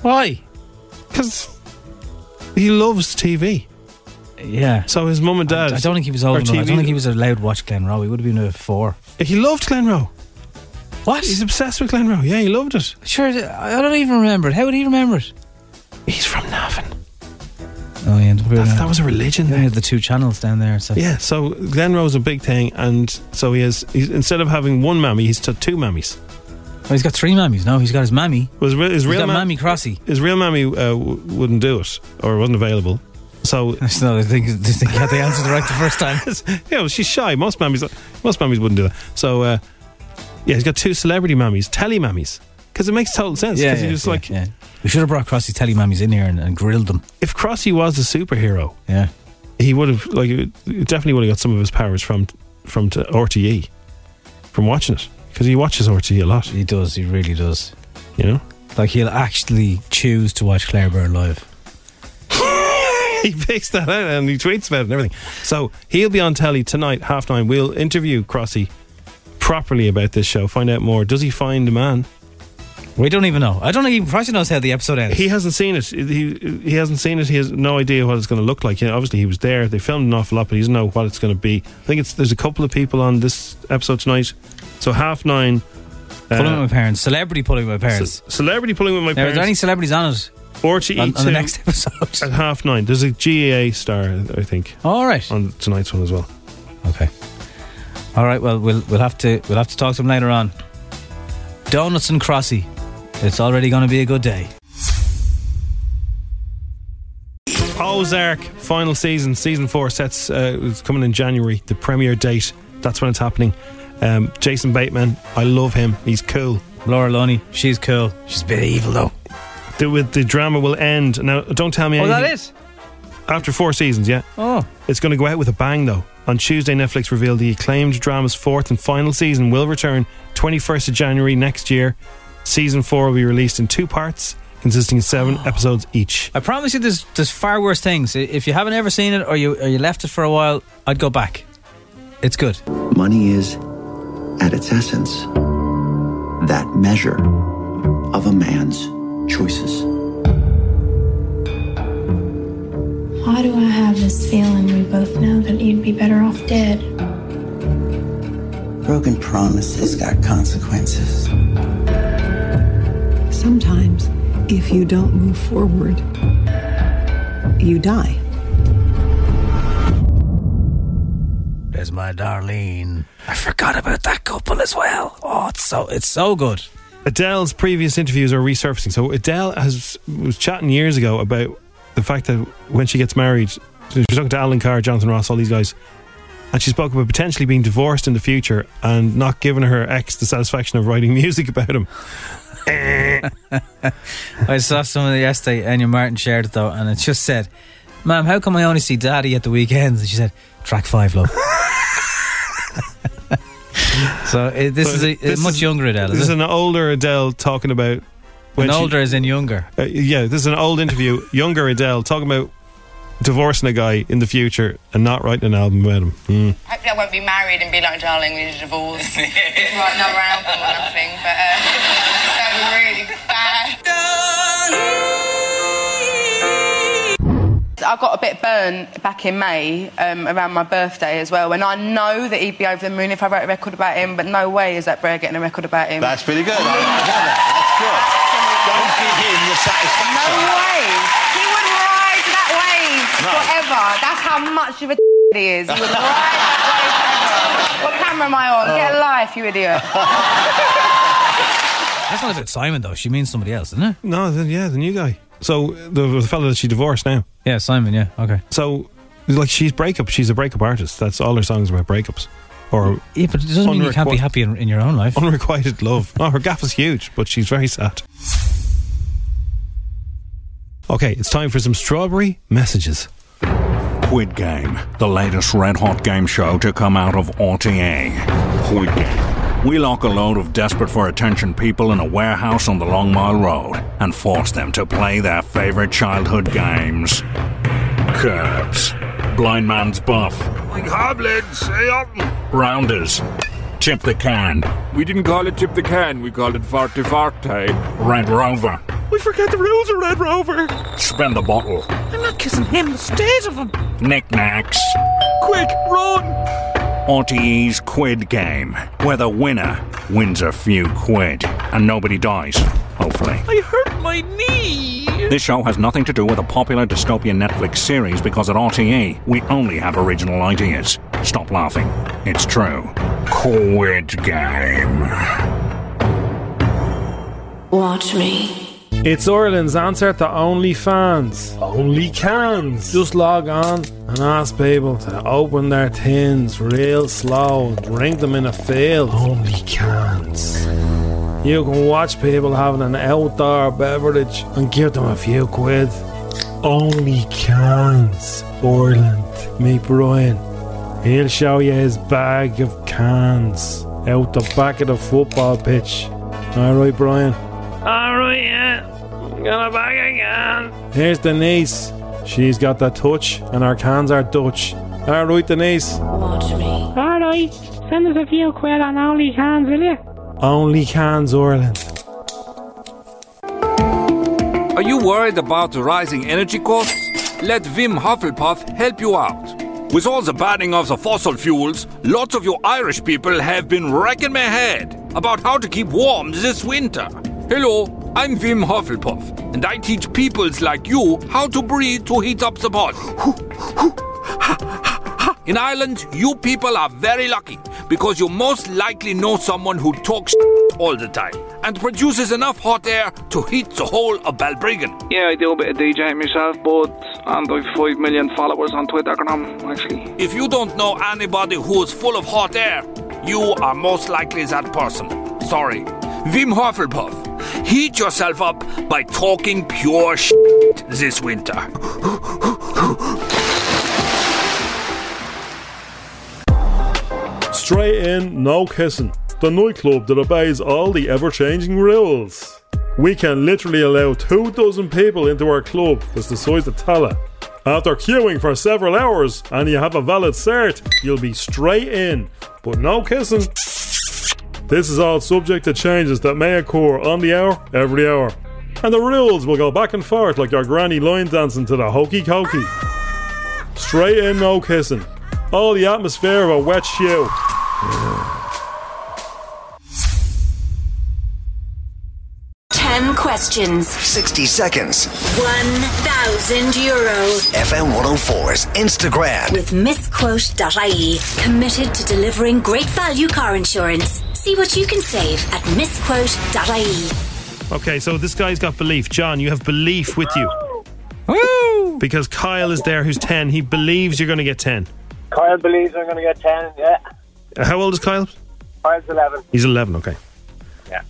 [SPEAKER 3] Why?
[SPEAKER 2] because he loves TV.
[SPEAKER 3] Yeah.
[SPEAKER 2] So his mum and
[SPEAKER 3] I,
[SPEAKER 2] dad.
[SPEAKER 3] I don't think he was
[SPEAKER 2] are
[SPEAKER 3] old enough. I
[SPEAKER 2] TV
[SPEAKER 3] don't think he was allowed to watch Glen Rowe. He would have been a four.
[SPEAKER 2] He loved Glen Rowe.
[SPEAKER 3] What?
[SPEAKER 2] He's obsessed with Glen Rowe. Yeah, he loved it.
[SPEAKER 3] Sure, I don't even remember it. How would he remember it?
[SPEAKER 2] He's from Navan.
[SPEAKER 3] Oh, yeah. don't worry
[SPEAKER 2] That's,
[SPEAKER 3] about
[SPEAKER 2] that was a religion.
[SPEAKER 3] They
[SPEAKER 2] then.
[SPEAKER 3] had the two channels down there. So.
[SPEAKER 2] Yeah, so Glen Rowe's a big thing, and so he has. He's, instead of having one mammy, he's got two mammies.
[SPEAKER 3] Oh, he's got three mammies. No, he's got his mammy.
[SPEAKER 2] Was re- his
[SPEAKER 3] He's
[SPEAKER 2] real
[SPEAKER 3] got
[SPEAKER 2] ma-
[SPEAKER 3] mammy Crossy.
[SPEAKER 2] His real mammy uh, w- wouldn't do it or wasn't available. So
[SPEAKER 3] That's not. I think they think they had the answer right the first time.
[SPEAKER 2] you know, she's shy. Most mammies, most mammies wouldn't do that. So uh, yeah, he's got two celebrity mammies, telly mammies, because it makes total sense. Because just like
[SPEAKER 3] yeah. We should have brought Crossy Telly mammies in here and, and grilled them.
[SPEAKER 2] if Crossy was a superhero,
[SPEAKER 3] Yeah.
[SPEAKER 2] he would have like it- it definitely would have got some of his powers from from t- RTE from watching it because he watches RTE a lot.
[SPEAKER 3] He does. He really does.
[SPEAKER 2] You know.
[SPEAKER 3] Like he'll actually choose to watch Claire Byrne live.
[SPEAKER 2] he picks that out and he tweets about it and everything. So he'll be on telly tonight, half nine. We'll interview Crossy properly about this show, find out more. Does he find a man?
[SPEAKER 3] We don't even know. I don't even Crossy knows how the episode ends.
[SPEAKER 2] He hasn't seen it. He he hasn't seen it. He has no idea what it's going to look like. You know, obviously, he was there. They filmed an awful lot, but he doesn't know what it's going to be. I think it's there's a couple of people on this episode tonight. So half nine. uh,
[SPEAKER 3] pulling with my parents. Celebrity pulling with my parents.
[SPEAKER 2] ce- celebrity pulling with my
[SPEAKER 3] now, are
[SPEAKER 2] parents.
[SPEAKER 3] there any celebrities on it
[SPEAKER 2] RTE2
[SPEAKER 3] on, on the next
[SPEAKER 2] at
[SPEAKER 3] episode?
[SPEAKER 2] half nine. There's a GAA star, I think,
[SPEAKER 3] All right.
[SPEAKER 2] on tonight's one as well.
[SPEAKER 3] Okay. All right. Well, we'll we'll have to we'll have to talk to him later on. Donuts and Crossy. It's already going to be a good day.
[SPEAKER 2] Ozark final season, season four sets. Uh, it's coming in January. The premiere date. That's when it's happening. Um, Jason Bateman, I love him. He's cool.
[SPEAKER 3] Laura Loney, she's cool. She's a bit evil though.
[SPEAKER 2] The, with the drama will end now. Don't tell me.
[SPEAKER 3] Oh, that
[SPEAKER 2] anything.
[SPEAKER 3] is.
[SPEAKER 2] after four seasons. Yeah,
[SPEAKER 3] Oh,
[SPEAKER 2] it's going to go out with a bang though. On Tuesday, Netflix revealed the acclaimed drama's fourth and final season will return 21st of January next year. Season four will be released in two parts, consisting of seven episodes each.
[SPEAKER 3] I promise you, there's there's far worse things. I- If you haven't ever seen it or you or you left it for a while, I'd go back. It's good.
[SPEAKER 8] Money is, at its essence, that measure of a man's choices.
[SPEAKER 9] Why do I have this feeling we both know that you'd be better off dead?
[SPEAKER 8] Broken promises got consequences.
[SPEAKER 9] Sometimes, if you don't move forward, you die.
[SPEAKER 3] There's my Darlene. I forgot about that couple as well. Oh, it's so it's so good.
[SPEAKER 2] Adele's previous interviews are resurfacing. So Adele has was chatting years ago about the fact that when she gets married, she was talking to Alan Carr, Jonathan Ross, all these guys, and she spoke about potentially being divorced in the future and not giving her ex the satisfaction of writing music about him.
[SPEAKER 3] Eh. I saw some of it yesterday. Enya Martin shared it though, and it just said, "Ma'am, how come I only see Daddy at the weekends?" And she said, "Track five, love." so uh, this
[SPEAKER 2] So
[SPEAKER 3] is a,
[SPEAKER 2] this
[SPEAKER 3] a much
[SPEAKER 2] is-
[SPEAKER 3] younger Adele.
[SPEAKER 2] This
[SPEAKER 3] Is
[SPEAKER 2] is
[SPEAKER 3] it?
[SPEAKER 2] an older Adele talking about
[SPEAKER 3] An
[SPEAKER 2] she-
[SPEAKER 3] older is in younger.
[SPEAKER 2] uh, yeah, this is an old interview. younger Adele talking about divorcing a guy in the future and not writing an album about him. Mm.
[SPEAKER 9] Hopefully, I won't be married and be like, darling, we need a divorce. right now, we're out or nothing, but um, that'd be really bad. I got a bit burnt back in May um, around my birthday as well, and I know that he'd be over the moon if I wrote a record about him, but no way is that Brer getting a record about him.
[SPEAKER 8] That's pretty good. I love that. That's good. Don't give him the
[SPEAKER 9] No
[SPEAKER 8] satisfaction.
[SPEAKER 9] way. He would ride that wave forever. That's how much of a he is. He would ride that wave forever. What camera am I on? Get a life, you idiot.
[SPEAKER 3] That's not about Simon though. She means somebody else, isn't it?
[SPEAKER 2] No, then yeah, the new guy. So the, the fellow that she divorced now.
[SPEAKER 3] Yeah, Simon. Yeah. Okay.
[SPEAKER 2] So, like, she's breakup. She's a breakup artist. That's all her songs are about breakups. Or
[SPEAKER 3] yeah, but it doesn't mean you can't be
[SPEAKER 2] unrequi-
[SPEAKER 3] happy in, in your own life.
[SPEAKER 2] Unrequited love. No, her gap is huge, but she's very sad. Okay, it's time for some strawberry messages.
[SPEAKER 10] Squid Game, the latest red hot game show to come out of RTA. Squid Game. We lock a load of desperate for attention people in a warehouse on the Long Mile Road and force them to play their favorite childhood games. Curbs. Blind Man's Buff.
[SPEAKER 11] Goblins, say up!
[SPEAKER 10] Rounders. Tip the Can.
[SPEAKER 11] We didn't call it tip the can, we called it farty farty.
[SPEAKER 10] Red Rover.
[SPEAKER 12] We forget the rules of Red Rover.
[SPEAKER 10] Spin the Bottle.
[SPEAKER 12] I'm not kissing him, the state of him.
[SPEAKER 10] Knickknacks.
[SPEAKER 12] Quick, run!
[SPEAKER 10] RTE's Quid Game, where the winner wins a few quid and nobody dies, hopefully.
[SPEAKER 12] I hurt my knee.
[SPEAKER 10] This show has nothing to do with a popular dystopian Netflix series because at RTE we only have original ideas. Stop laughing. It's true. Quid game.
[SPEAKER 13] Watch me.
[SPEAKER 2] It's Ireland's answer to OnlyFans. Only cans. Just log on and ask people to open their tins real slow, drink them in a field. Only cans. You can watch people having an outdoor beverage and give them a few quid. Only cans, Ireland. Meet Brian. He'll show you his bag of cans out the back of the football pitch. Alright, Brian.
[SPEAKER 12] Alright, yeah. I'm gonna back again.
[SPEAKER 2] Here's Denise. She's got the touch, and our cans are Dutch. All right, Denise.
[SPEAKER 14] Alright, send us a few quid on only cans, will you?
[SPEAKER 2] Only cans, Ireland.
[SPEAKER 11] Are you worried about the rising energy costs? Let Vim Hufflepuff help you out. With all the banning of the fossil fuels, lots of you Irish people have been racking my head about how to keep warm this winter. Hello, I'm Vim Hufflepuff, and I teach peoples like you how to breathe to heat up the pot. In Ireland, you people are very lucky because you most likely know someone who talks all the time and produces enough hot air to heat the whole of Balbriggan.
[SPEAKER 15] Yeah, I do a bit of DJing myself, but I'm like 5 million followers on Twitter, actually.
[SPEAKER 11] If you don't know anybody who is full of hot air, you are most likely that person. Sorry. Wim Hufflepuff, heat yourself up by talking pure shit this winter.
[SPEAKER 16] Straight in, no kissing. The nightclub that obeys all the ever changing rules. We can literally allow two dozen people into our club that's the size of Tala. After queuing for several hours and you have a valid cert, you'll be straight in, but no kissing. This is all subject to changes that may occur on the hour, every hour. And the rules will go back and forth like your granny line dancing to the hokey cokey. Straight in, no kissing. All the atmosphere of a wet shoe.
[SPEAKER 13] Ten questions.
[SPEAKER 1] 60 seconds.
[SPEAKER 13] 1,000 euro.
[SPEAKER 1] FM 104's Instagram.
[SPEAKER 13] With misquote.ie, committed to delivering great value car insurance. See what you can save at misquote.ie.
[SPEAKER 2] Okay, so this guy's got belief. John, you have belief with you. Woo! Because Kyle is there who's 10. He believes you're going to get 10.
[SPEAKER 17] Kyle believes I'm going to get 10. Yeah.
[SPEAKER 2] Uh, How old is Kyle?
[SPEAKER 17] Kyle's 11.
[SPEAKER 2] He's 11, okay.
[SPEAKER 17] Yeah.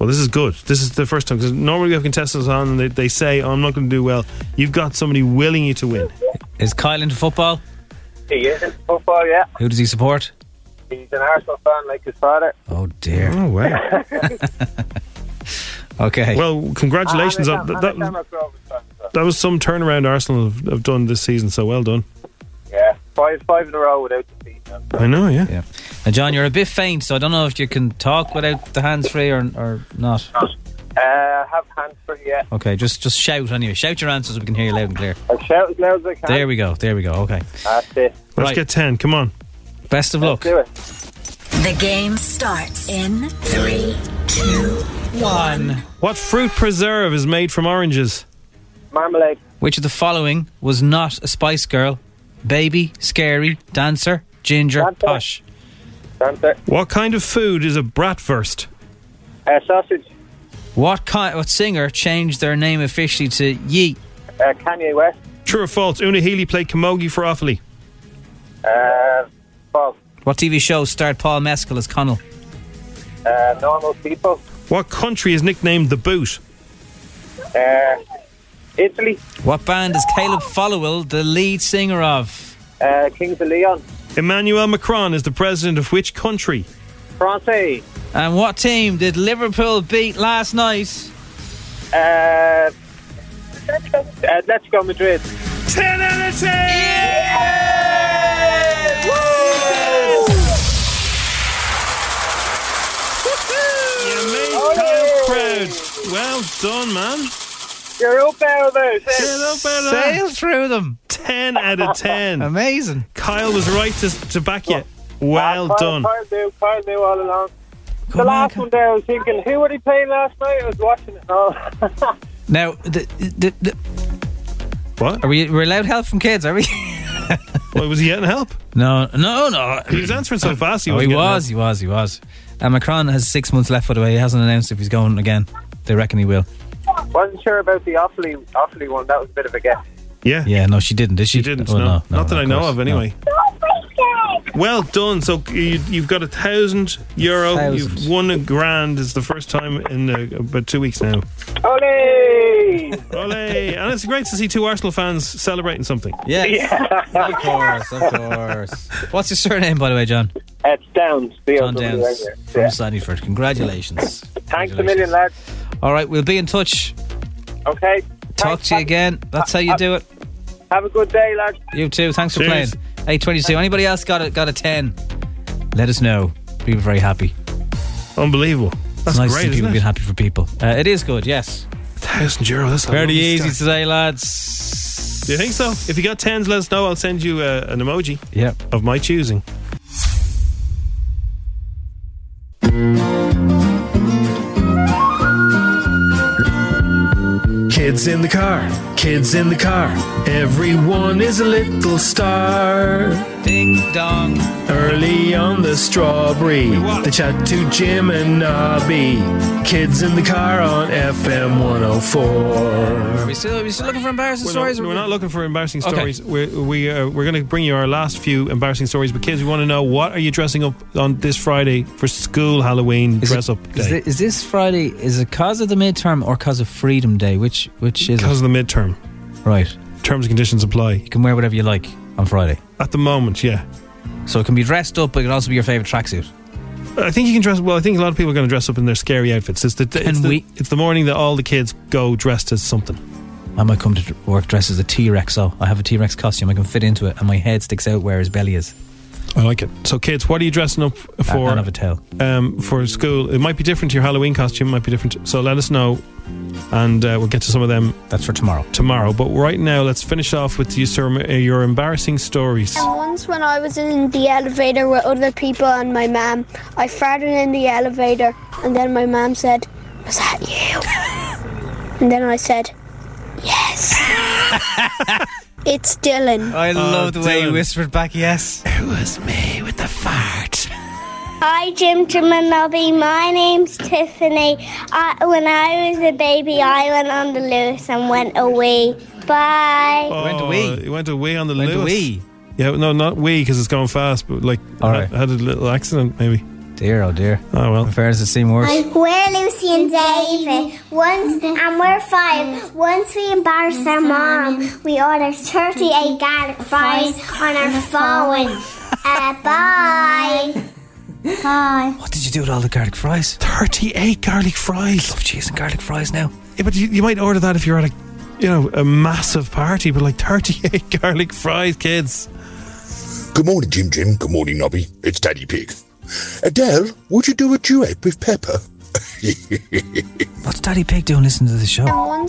[SPEAKER 2] Well, this is good. This is the first time. Because normally we have contestants on and they, they say, oh, I'm not going to do well. You've got somebody willing you to win.
[SPEAKER 3] Is Kyle into football?
[SPEAKER 17] He is in football, yeah.
[SPEAKER 3] Who does he support?
[SPEAKER 17] He's an Arsenal fan like his father.
[SPEAKER 3] Oh dear.
[SPEAKER 2] Oh wow.
[SPEAKER 3] okay.
[SPEAKER 2] Well, congratulations.
[SPEAKER 17] Ah,
[SPEAKER 2] on,
[SPEAKER 17] I'm a-
[SPEAKER 2] that,
[SPEAKER 17] I'm a
[SPEAKER 2] that,
[SPEAKER 17] Shamrock Rovers fan, so,
[SPEAKER 2] that was some turnaround Arsenal have, have done this season, so well done.
[SPEAKER 17] Yeah. Five, five in a row without defeat. now.
[SPEAKER 2] I know, yeah.
[SPEAKER 3] Yeah. Now, John, you're a bit faint, so I don't know if you can talk without the hands free or, or not.
[SPEAKER 17] Uh, I have hands free, yeah.
[SPEAKER 3] Okay, just just shout anyway. Shout your answers so we can hear you loud and clear.
[SPEAKER 17] I shout as loud as I can.
[SPEAKER 3] There we go. There we go. Okay.
[SPEAKER 17] That's it.
[SPEAKER 2] Let's
[SPEAKER 3] Right.
[SPEAKER 2] get 10. Come on.
[SPEAKER 3] Best of luck.
[SPEAKER 17] Do it.
[SPEAKER 13] The game starts in three, two,
[SPEAKER 3] one.
[SPEAKER 2] What fruit preserve is made from oranges?
[SPEAKER 17] Marmalade.
[SPEAKER 3] Which of the following was not a Spice Girl? Baby, Scary, Dancer, Ginger, Posh.
[SPEAKER 17] Dancer.
[SPEAKER 2] What kind of food is a bratwurst?
[SPEAKER 17] Uh, sausage.
[SPEAKER 3] What kind? What singer changed their name officially to Yeet?
[SPEAKER 17] Uh, Kanye West.
[SPEAKER 2] True or false? Una Healy played Camogie for Offaly.
[SPEAKER 17] Uh, false.
[SPEAKER 3] What TV show starred Paul Mescal as Connell?
[SPEAKER 17] Uh, normal people.
[SPEAKER 2] What country is nicknamed the Boot?
[SPEAKER 17] Uh, Italy.
[SPEAKER 3] What band is Caleb Followill the lead singer of?
[SPEAKER 17] Uh, Kings of Leon.
[SPEAKER 2] Emmanuel Macron is the president of which country?
[SPEAKER 17] France.
[SPEAKER 3] And what team did Liverpool beat last night?
[SPEAKER 17] Uh, Atletico Madrid.
[SPEAKER 12] Tenanity!
[SPEAKER 17] Oh,
[SPEAKER 2] Well done, man.
[SPEAKER 17] You're up out of this.
[SPEAKER 3] Sail through them.
[SPEAKER 2] 10 out of 10.
[SPEAKER 3] Amazing.
[SPEAKER 2] Kyle was right to, to back you. Well
[SPEAKER 17] Kyle,
[SPEAKER 2] done.
[SPEAKER 17] Kyle knew, Kyle knew all along. the last one there, I was thinking, who were they playing last night? I was watching it. Oh.
[SPEAKER 3] Now, the, the, the,
[SPEAKER 2] what
[SPEAKER 3] are we? We're allowed help from kids, are we?
[SPEAKER 2] Boy, was he getting help?
[SPEAKER 3] No, no, no.
[SPEAKER 2] He was answering so fast. He,
[SPEAKER 3] oh,
[SPEAKER 2] was
[SPEAKER 3] he was, he was, he was. And Macron has six months left. By the way, he hasn't announced if he's going again. They reckon he will.
[SPEAKER 17] Wasn't sure about the Offaly, Offaly one. That was a bit of a guess.
[SPEAKER 2] Yeah.
[SPEAKER 3] Yeah. No, she didn't, did she?
[SPEAKER 2] He didn't.
[SPEAKER 3] Oh,
[SPEAKER 2] no.
[SPEAKER 3] no, no,
[SPEAKER 2] Not that
[SPEAKER 3] no,
[SPEAKER 2] I
[SPEAKER 3] of
[SPEAKER 2] know
[SPEAKER 3] course,
[SPEAKER 2] of,
[SPEAKER 3] no.
[SPEAKER 2] anyway. Well done. So you, you've got a thousand euro.
[SPEAKER 3] Thousand.
[SPEAKER 2] You've won a grand. It's the first time in uh, about two weeks now.
[SPEAKER 17] Ole!
[SPEAKER 2] Ole! And it's great to see two Arsenal fans celebrating something.
[SPEAKER 3] Yes. of course, of course. What's your surname, by the way, John?
[SPEAKER 17] It's Downs. D O
[SPEAKER 3] John
[SPEAKER 17] W N.
[SPEAKER 3] Downs
[SPEAKER 17] Yeah.
[SPEAKER 3] from Sandyford. Congratulations.
[SPEAKER 17] Thanks a million, lads.
[SPEAKER 3] All right, we'll be in touch.
[SPEAKER 17] Okay.
[SPEAKER 3] Talk to you again. That's how you do it.
[SPEAKER 17] Have a good day, lads.
[SPEAKER 3] You too. Thanks for
[SPEAKER 2] Cheers.
[SPEAKER 3] playing. Eight twenty-two. Anybody else got a got a ten? Let us know. We were very happy.
[SPEAKER 2] Unbelievable. That's
[SPEAKER 3] it's nice
[SPEAKER 2] great.
[SPEAKER 3] to see people
[SPEAKER 2] isn't
[SPEAKER 3] being
[SPEAKER 2] it?
[SPEAKER 3] happy for people. Uh, it is good. Yes.
[SPEAKER 2] Thousand euro. That's a
[SPEAKER 3] Very
[SPEAKER 2] lovely
[SPEAKER 3] easy
[SPEAKER 2] start.
[SPEAKER 3] today, lads.
[SPEAKER 2] Do you think so? If you got tens, let us know. I'll send you uh, an emoji
[SPEAKER 3] Yeah.
[SPEAKER 2] of my choosing.
[SPEAKER 18] Kids in the car, kids in the car. Everyone is a little star.
[SPEAKER 3] Ding dong.
[SPEAKER 18] Early on the strawberry, they chat to Jim and Nobby. Kids in the car on FM 104.
[SPEAKER 3] Are we still are we still looking for embarrassing
[SPEAKER 2] We're
[SPEAKER 3] stories?
[SPEAKER 2] not, we're not looking for embarrassing
[SPEAKER 3] Okay.
[SPEAKER 2] stories. We're, we are, we're going to bring you our last few embarrassing stories. But kids, we want to know what are you dressing up on this Friday for school Halloween
[SPEAKER 3] Is it-
[SPEAKER 2] dress up
[SPEAKER 3] Is,
[SPEAKER 2] day?
[SPEAKER 3] thi- is this Friday? Is it cause of the midterm or cause of Freedom Day? Which which is
[SPEAKER 2] Because
[SPEAKER 3] it?
[SPEAKER 2] of the midterm,
[SPEAKER 3] right?
[SPEAKER 2] terms and conditions apply.
[SPEAKER 3] You can wear whatever you like on Friday,
[SPEAKER 2] At the moment, yeah.
[SPEAKER 3] so it can be dressed up, but it can also be your favorite tracksuit.
[SPEAKER 2] I think you can dress. Well, I think a lot of people are going to dress up in their scary outfits. It's the it's
[SPEAKER 3] Can
[SPEAKER 2] the,
[SPEAKER 3] we-
[SPEAKER 2] it's the morning that all the kids go dressed as something.
[SPEAKER 3] I might come to dr- work dressed as a T Rex, so I have a T Rex costume. I can fit into it, and my head sticks out where his belly is. Uh,
[SPEAKER 2] I like it. So, kids, what are you dressing up
[SPEAKER 3] I
[SPEAKER 2] for?
[SPEAKER 3] don't have a tail.
[SPEAKER 2] um, for school. It might be different to your Halloween costume, might be different. So let us know, and uh, we'll get to some of them
[SPEAKER 3] That's for tomorrow.
[SPEAKER 2] tomorrow. But right now, let's finish off with you, sir, uh, your embarrassing stories.
[SPEAKER 19] And once when I was in the elevator with other people and my mum, I farted in the elevator and then my mum said, Was that you? and then I said, Yes. it's Dylan.
[SPEAKER 3] I
[SPEAKER 2] love the way you Oh, Dylan.
[SPEAKER 3] whispered back, yes.
[SPEAKER 2] It was me with the fart.
[SPEAKER 19] Hi, Jim, Jim, and Nobby. My name's Tiffany. I, when I was a baby, I went on the loose and went away. Bye.
[SPEAKER 3] went away.
[SPEAKER 2] Oh, It went away on the
[SPEAKER 3] Went
[SPEAKER 2] Lewis.
[SPEAKER 3] away.
[SPEAKER 2] Yeah, no, not we because it's going fast, but like
[SPEAKER 3] All
[SPEAKER 2] I
[SPEAKER 3] right.
[SPEAKER 2] had a little accident maybe.
[SPEAKER 3] Dear, oh dear.
[SPEAKER 2] Oh well.
[SPEAKER 3] In fairness, it seemed worse.
[SPEAKER 19] We're Lucy and David. Once and we're five. Once we embarrassed our mom, we ordered 38 garlic fries on our phone. Uh, bye. Bye.
[SPEAKER 3] What did you do with all the garlic fries?
[SPEAKER 2] 38 garlic fries.
[SPEAKER 3] Love cheese and garlic fries now.
[SPEAKER 2] Yeah, but you, you might order that if you're at a, you know, a massive party, but like 38 garlic fries, kids.
[SPEAKER 20] Good morning, Jim Jim. Good morning, Nobby. It's Daddy Pig. Adele, would you do a duet with Pepper?
[SPEAKER 3] What's Daddy Pig doing listening to the show?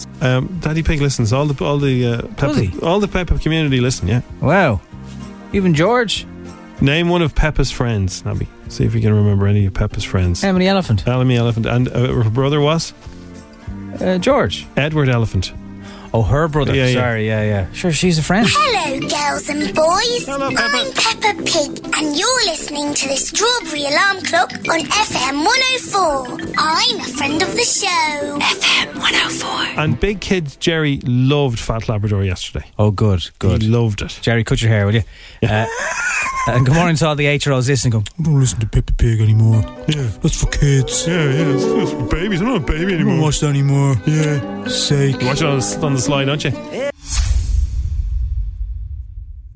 [SPEAKER 2] Um, Daddy Pig listens. All the all the uh,
[SPEAKER 3] Does
[SPEAKER 2] Peppa,
[SPEAKER 3] he?
[SPEAKER 2] all the Peppa community listen. Yeah.
[SPEAKER 3] Wow. Even George?
[SPEAKER 2] Name one of Peppa's friends, Nobby. See if you can remember any of Peppa's friends.
[SPEAKER 3] How many elephant?
[SPEAKER 2] Alamy Elephant. And uh, her brother was
[SPEAKER 3] Uh, George.
[SPEAKER 2] Edward Elephant.
[SPEAKER 3] Oh, her brother.
[SPEAKER 21] Yeah, yeah.
[SPEAKER 3] Sorry, yeah, yeah. Sure, she's a friend.
[SPEAKER 21] Hello, girls and boys. I'm Peppa Pig, and you're listening to the Strawberry Alarm Clock on FM 104. I'm a friend of the show. FM 104.
[SPEAKER 2] And big kid Jerry loved Fat Labrador yesterday.
[SPEAKER 3] Oh, good, good.
[SPEAKER 2] He loved it.
[SPEAKER 3] Jerry, cut your hair, will you? Uh, and good morning to all the eight-year-olds listening. Going, I don't listen to Peppa Pig anymore. Yeah, that's for kids.
[SPEAKER 16] Yeah, yeah, it's, it's for babies. I'm not a baby
[SPEAKER 3] I don't
[SPEAKER 16] anymore.
[SPEAKER 3] watch that anymore. Yeah, sake.
[SPEAKER 2] You watch it on the, on the slide, don't you?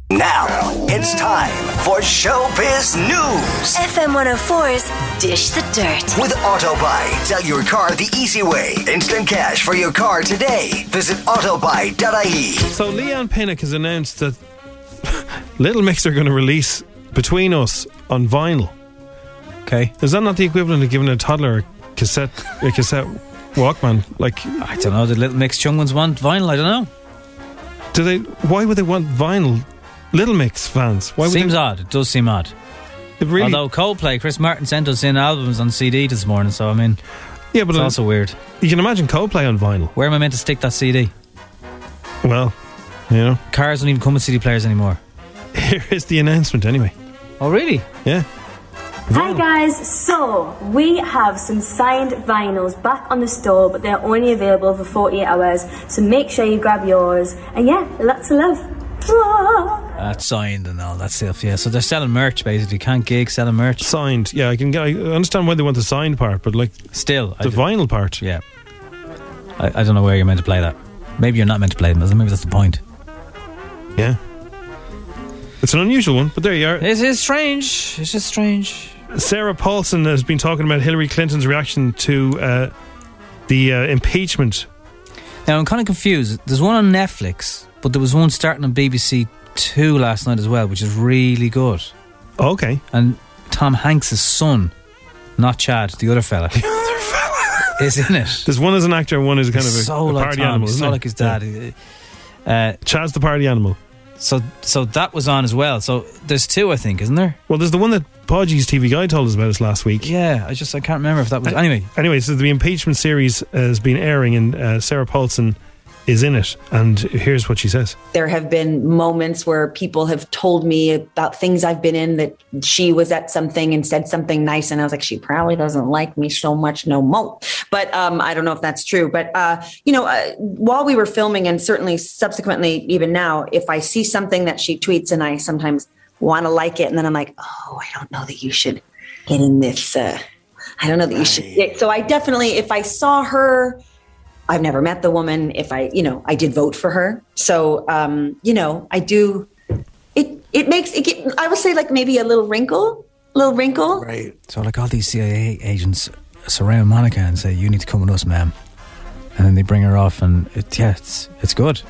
[SPEAKER 1] Now it's time for Showbiz News.
[SPEAKER 13] FM 104's Dish the Dirt.
[SPEAKER 1] With Autobuy, sell your car the easy way. Instant cash for your car today. Visit autobuy.ie.
[SPEAKER 2] So Leon Pinnock has announced that Little Mix are going to release Between Us on vinyl.
[SPEAKER 3] Okay.
[SPEAKER 2] Is that not the equivalent of giving a toddler a cassette a cassette Walkman? Like
[SPEAKER 3] I don't know. The Little Mix young ones want vinyl. I don't know.
[SPEAKER 2] Do they? Why would they want vinyl? Little Mix fans. Why would
[SPEAKER 3] Seems
[SPEAKER 2] they,
[SPEAKER 3] odd. It does seem odd.
[SPEAKER 2] It really-
[SPEAKER 3] Although Coldplay, Chris Martin sent us in albums on CD this morning, so I mean,
[SPEAKER 2] yeah, but
[SPEAKER 3] it's also weird.
[SPEAKER 2] You can imagine Coldplay on vinyl.
[SPEAKER 3] Where am I meant to stick that CD?
[SPEAKER 2] Well, you know,
[SPEAKER 3] cars don't even come with CD players anymore.
[SPEAKER 2] Here is the announcement, anyway.
[SPEAKER 3] Oh, really?
[SPEAKER 2] Yeah.
[SPEAKER 22] Hi guys, so we have some signed vinyls back on the store, but they're only available for 48 hours. So make sure you grab yours. And yeah, lots of love. Ah.
[SPEAKER 3] That's signed and all that stuff. Yeah. So they're selling merch basically. Can't gig selling merch.
[SPEAKER 2] Signed. Yeah, I can. get- I understand why they want the signed part, but like
[SPEAKER 3] still
[SPEAKER 2] the vinyl part.
[SPEAKER 3] Yeah. I, I don't know where you're meant to play that. Maybe you're not meant to play them. Maybe that's the point.
[SPEAKER 2] Yeah. It's an unusual one, but there you are.
[SPEAKER 3] It is strange. It's just strange.
[SPEAKER 2] Sarah Paulson has been talking about Hillary Clinton's reaction to uh, the uh, impeachment.
[SPEAKER 3] Now I'm kind of confused. There's one on Netflix, but there was one starting on BBC Two last night as well, which is really good.
[SPEAKER 2] Okay.
[SPEAKER 3] And Tom Hanks' son, not Chad, the other fella. The other fella is in it.
[SPEAKER 2] There's one as an actor and one as kind of
[SPEAKER 3] He's
[SPEAKER 2] a, a
[SPEAKER 3] so like
[SPEAKER 2] party
[SPEAKER 3] Tom,
[SPEAKER 2] animal.
[SPEAKER 3] he's
[SPEAKER 2] isn't
[SPEAKER 3] so
[SPEAKER 2] he?
[SPEAKER 3] like his dad. Uh,
[SPEAKER 2] Chad's the party animal.
[SPEAKER 3] So, so that was on as well. So there's two, I think, isn't there?
[SPEAKER 2] Well, there's the one that Podgy's TV guy told us about us last week.
[SPEAKER 3] Yeah, I just I can't remember if that was anyway.
[SPEAKER 2] Anyway, so the impeachment series has been airing, and uh, Sarah Paulson is in it. And here's what she says.
[SPEAKER 23] there have been moments where people have told me about things I've been in that she was at something and said something nice. And I was like, she probably doesn't like me so much no more. But um, I don't know if that's true. But, uh, you know, uh, while we were filming and certainly subsequently, even now, if I see something that she tweets and I sometimes want to like it, and then I'm like, oh, I don't know that you should get in this. Uh, I don't know that you should. Yeah, So I definitely, if I saw her, I've never met the woman. If I, you know, I did vote for her. So, um, you know, I do. It it makes it. Get, I would say like maybe a little wrinkle, little wrinkle.
[SPEAKER 3] Right. So like all these CIA agents surround Monica and say, "You need to come with us, ma'am," and then they bring her off, and it, yeah, it's it's good.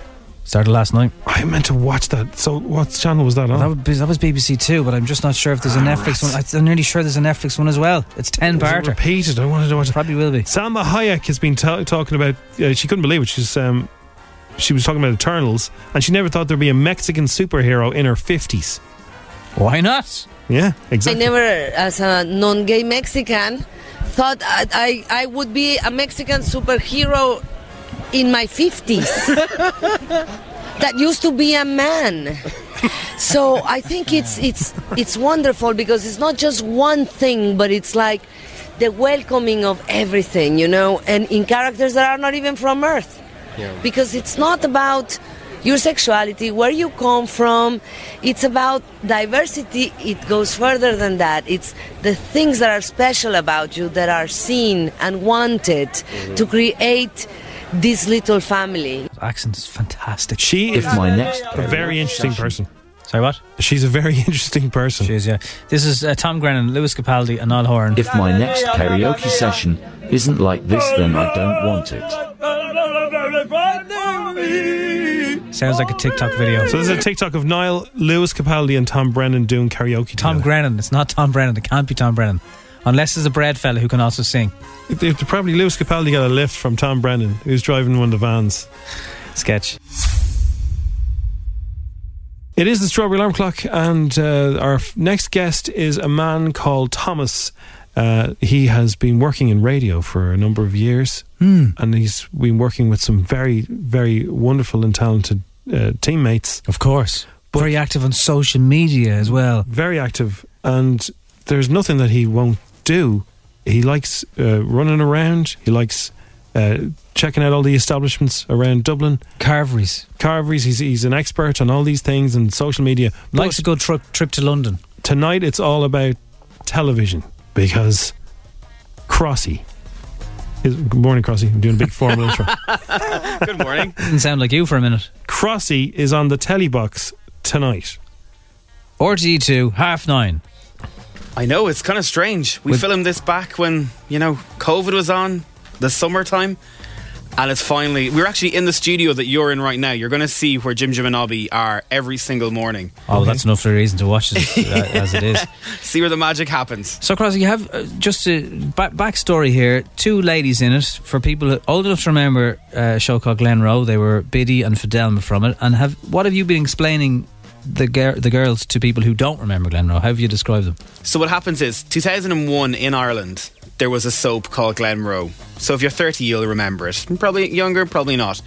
[SPEAKER 3] Started last night.
[SPEAKER 2] I meant to watch that. So what channel was that on?
[SPEAKER 3] That, would be, that was BBC Two, but I'm just not sure if there's a Netflix one. I- I'm nearly sure there's a Netflix one as well. It's ten
[SPEAKER 2] Was it
[SPEAKER 3] parter.
[SPEAKER 2] repeated. I wanted to watch. It.
[SPEAKER 3] Probably will be.
[SPEAKER 2] Salma Hayek has been ta- talking about. Uh, she couldn't believe it. She's um, she was talking about Eternals, and she never thought there'd be a Mexican superhero in her fifties.
[SPEAKER 3] Why not?
[SPEAKER 2] Yeah, exactly.
[SPEAKER 24] I never, as a non-gay Mexican, thought I, I, I would be a Mexican superhero in my 50s. that used to be a man. So I think it's it's it's wonderful because it's not just one thing, but it's like the welcoming of everything, you know, and in characters that are not even from Earth because it's not about your sexuality, where you come from. It's about diversity. It goes further than that. It's the things that are special about you that are seen and wanted to create this little family.
[SPEAKER 3] Accent is fantastic.
[SPEAKER 2] She is my next a very interesting person.
[SPEAKER 3] Sorry, what?
[SPEAKER 2] She's a very interesting person. She
[SPEAKER 3] is, yeah. This is uh, Tom Grennan, Lewis Capaldi, and Al Horn.
[SPEAKER 25] If my next karaoke session isn't like this, then I don't want it.
[SPEAKER 3] Sounds like a TikTok video.
[SPEAKER 2] So this is a TikTok of Niall Lewis Capaldi and Tom Brennan doing karaoke.
[SPEAKER 3] Tom Grennan. It's not Tom Brennan. It can't be Tom Brennan. Unless there's a bread fella who can also sing.
[SPEAKER 2] They- they Probably Lewis Capaldi got a lift from Tom Brennan, who's driving one of the vans.
[SPEAKER 3] Sketch.
[SPEAKER 2] It is the Strawberry Alarm Clock, and uh, our f- next guest is a man called Thomas. Uh, he has been working in radio for a number of years,
[SPEAKER 3] Hmm.
[SPEAKER 2] and he's been working with some very, very wonderful and talented uh, teammates.
[SPEAKER 3] Of course, very active on social media as well.
[SPEAKER 2] Very active, and there's nothing that he won't do. He likes uh, running around. He likes uh, checking out all the establishments around Dublin.
[SPEAKER 3] Carveries,
[SPEAKER 2] carveries. He's he's an expert on all these things and social media.
[SPEAKER 3] Likes a good tru- trip to London.
[SPEAKER 2] Tonight it's all about television because Crossy. Is, good morning, Crossy. I'm doing a big formal intro.
[SPEAKER 3] Good morning. Didn't sound like you for a minute.
[SPEAKER 2] Crossy is on the telly box tonight.
[SPEAKER 3] RTE two half nine.
[SPEAKER 26] I know it's kind of strange. We filmed this back when you know COVID was on the summertime, and it's finally we're actually in the studio that you're in right now. You're going to see where Jim Jim and Obby are every single morning.
[SPEAKER 3] Oh, that's enough for a reason to watch this uh, as it is.
[SPEAKER 26] see where the magic happens.
[SPEAKER 3] So, Crossy, you have uh, just a back backstory here. Two ladies in it for people who- old enough to remember uh, a show called Glen Rowe. They were Biddy and Fidelma from it. And have what have you been explaining the gir- the girls to people who don't remember Glen Rowe? How have you described them?
[SPEAKER 26] So what happens is 2001 in Ireland there was a soap called Glenroe. So if you're 30 you'll remember it. Probably younger, probably not.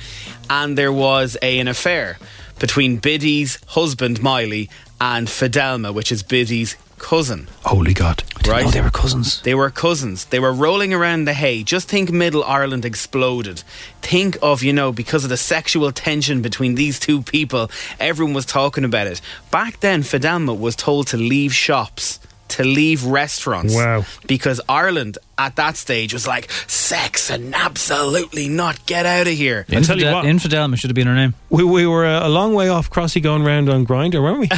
[SPEAKER 26] And there was a, an affair between Biddy's husband Miley and Fidelma, which is Biddy's cousin.
[SPEAKER 3] Holy God!
[SPEAKER 26] right?
[SPEAKER 3] they were cousins.
[SPEAKER 26] They were cousins. They were rolling around the hay. Just think Middle Ireland exploded. Think of, you know, because of the sexual tension between these two people, everyone was talking about it. Back then, Fidelma was told to leave shops, to leave restaurants.
[SPEAKER 2] Wow.
[SPEAKER 26] Because Ireland at that stage was like, sex and absolutely not, get out of here.
[SPEAKER 2] I tell you what.
[SPEAKER 3] Infidelma should have been her name.
[SPEAKER 2] We, we were uh, a long way off Crossy going round on Grinder, weren't we?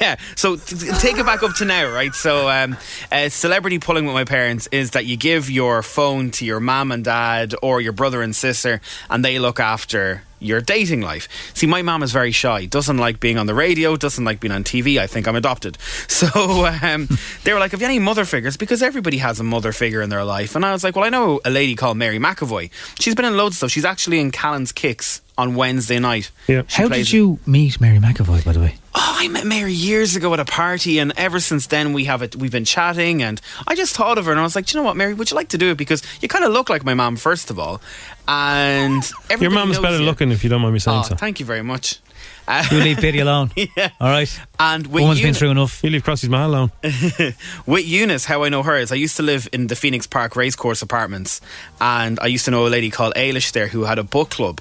[SPEAKER 26] yeah. So t- t- take it back up to now, right? So, um, uh, celebrity pulling with my parents is that you give your phone to your mom and dad or your brother and sister, and they look after your dating life. See, my mom is very shy, doesn't like being on the radio, doesn't like being on TV. I think I'm adopted. So um, they were like, "Have you any mother figures?" Because everybody has a mother figure in their life, and I was like, "Well, I know a lady called Mary McAvoy. She's been in loads of stuff. She's actually in Callan's Kicks." On Wednesday night. Yeah.
[SPEAKER 3] How did you meet Mary McAvoy, by the way?
[SPEAKER 26] Oh, I met Mary years ago at a party, and ever since then we have it. We've been chatting, and I just thought of her, and I was like, "Do you know what, Mary? Would you like to do it? Because you kind of look like my mum, first of all, and
[SPEAKER 2] Your
[SPEAKER 26] everybody
[SPEAKER 2] mum's
[SPEAKER 26] knows
[SPEAKER 2] better
[SPEAKER 26] you.
[SPEAKER 2] looking, if you don't mind me saying
[SPEAKER 26] Oh,
[SPEAKER 2] so.
[SPEAKER 26] thank you very much. Uh,
[SPEAKER 3] You leave Biddy alone.
[SPEAKER 26] yeah.
[SPEAKER 3] All right.
[SPEAKER 26] And with
[SPEAKER 3] Woman's been
[SPEAKER 26] Eunice-
[SPEAKER 3] through enough.
[SPEAKER 2] You leave Crossy's man alone.
[SPEAKER 26] with Eunice, how I know her is I used to live in the Phoenix Park Racecourse apartments, and I used to know a lady called Ailish there who had a book club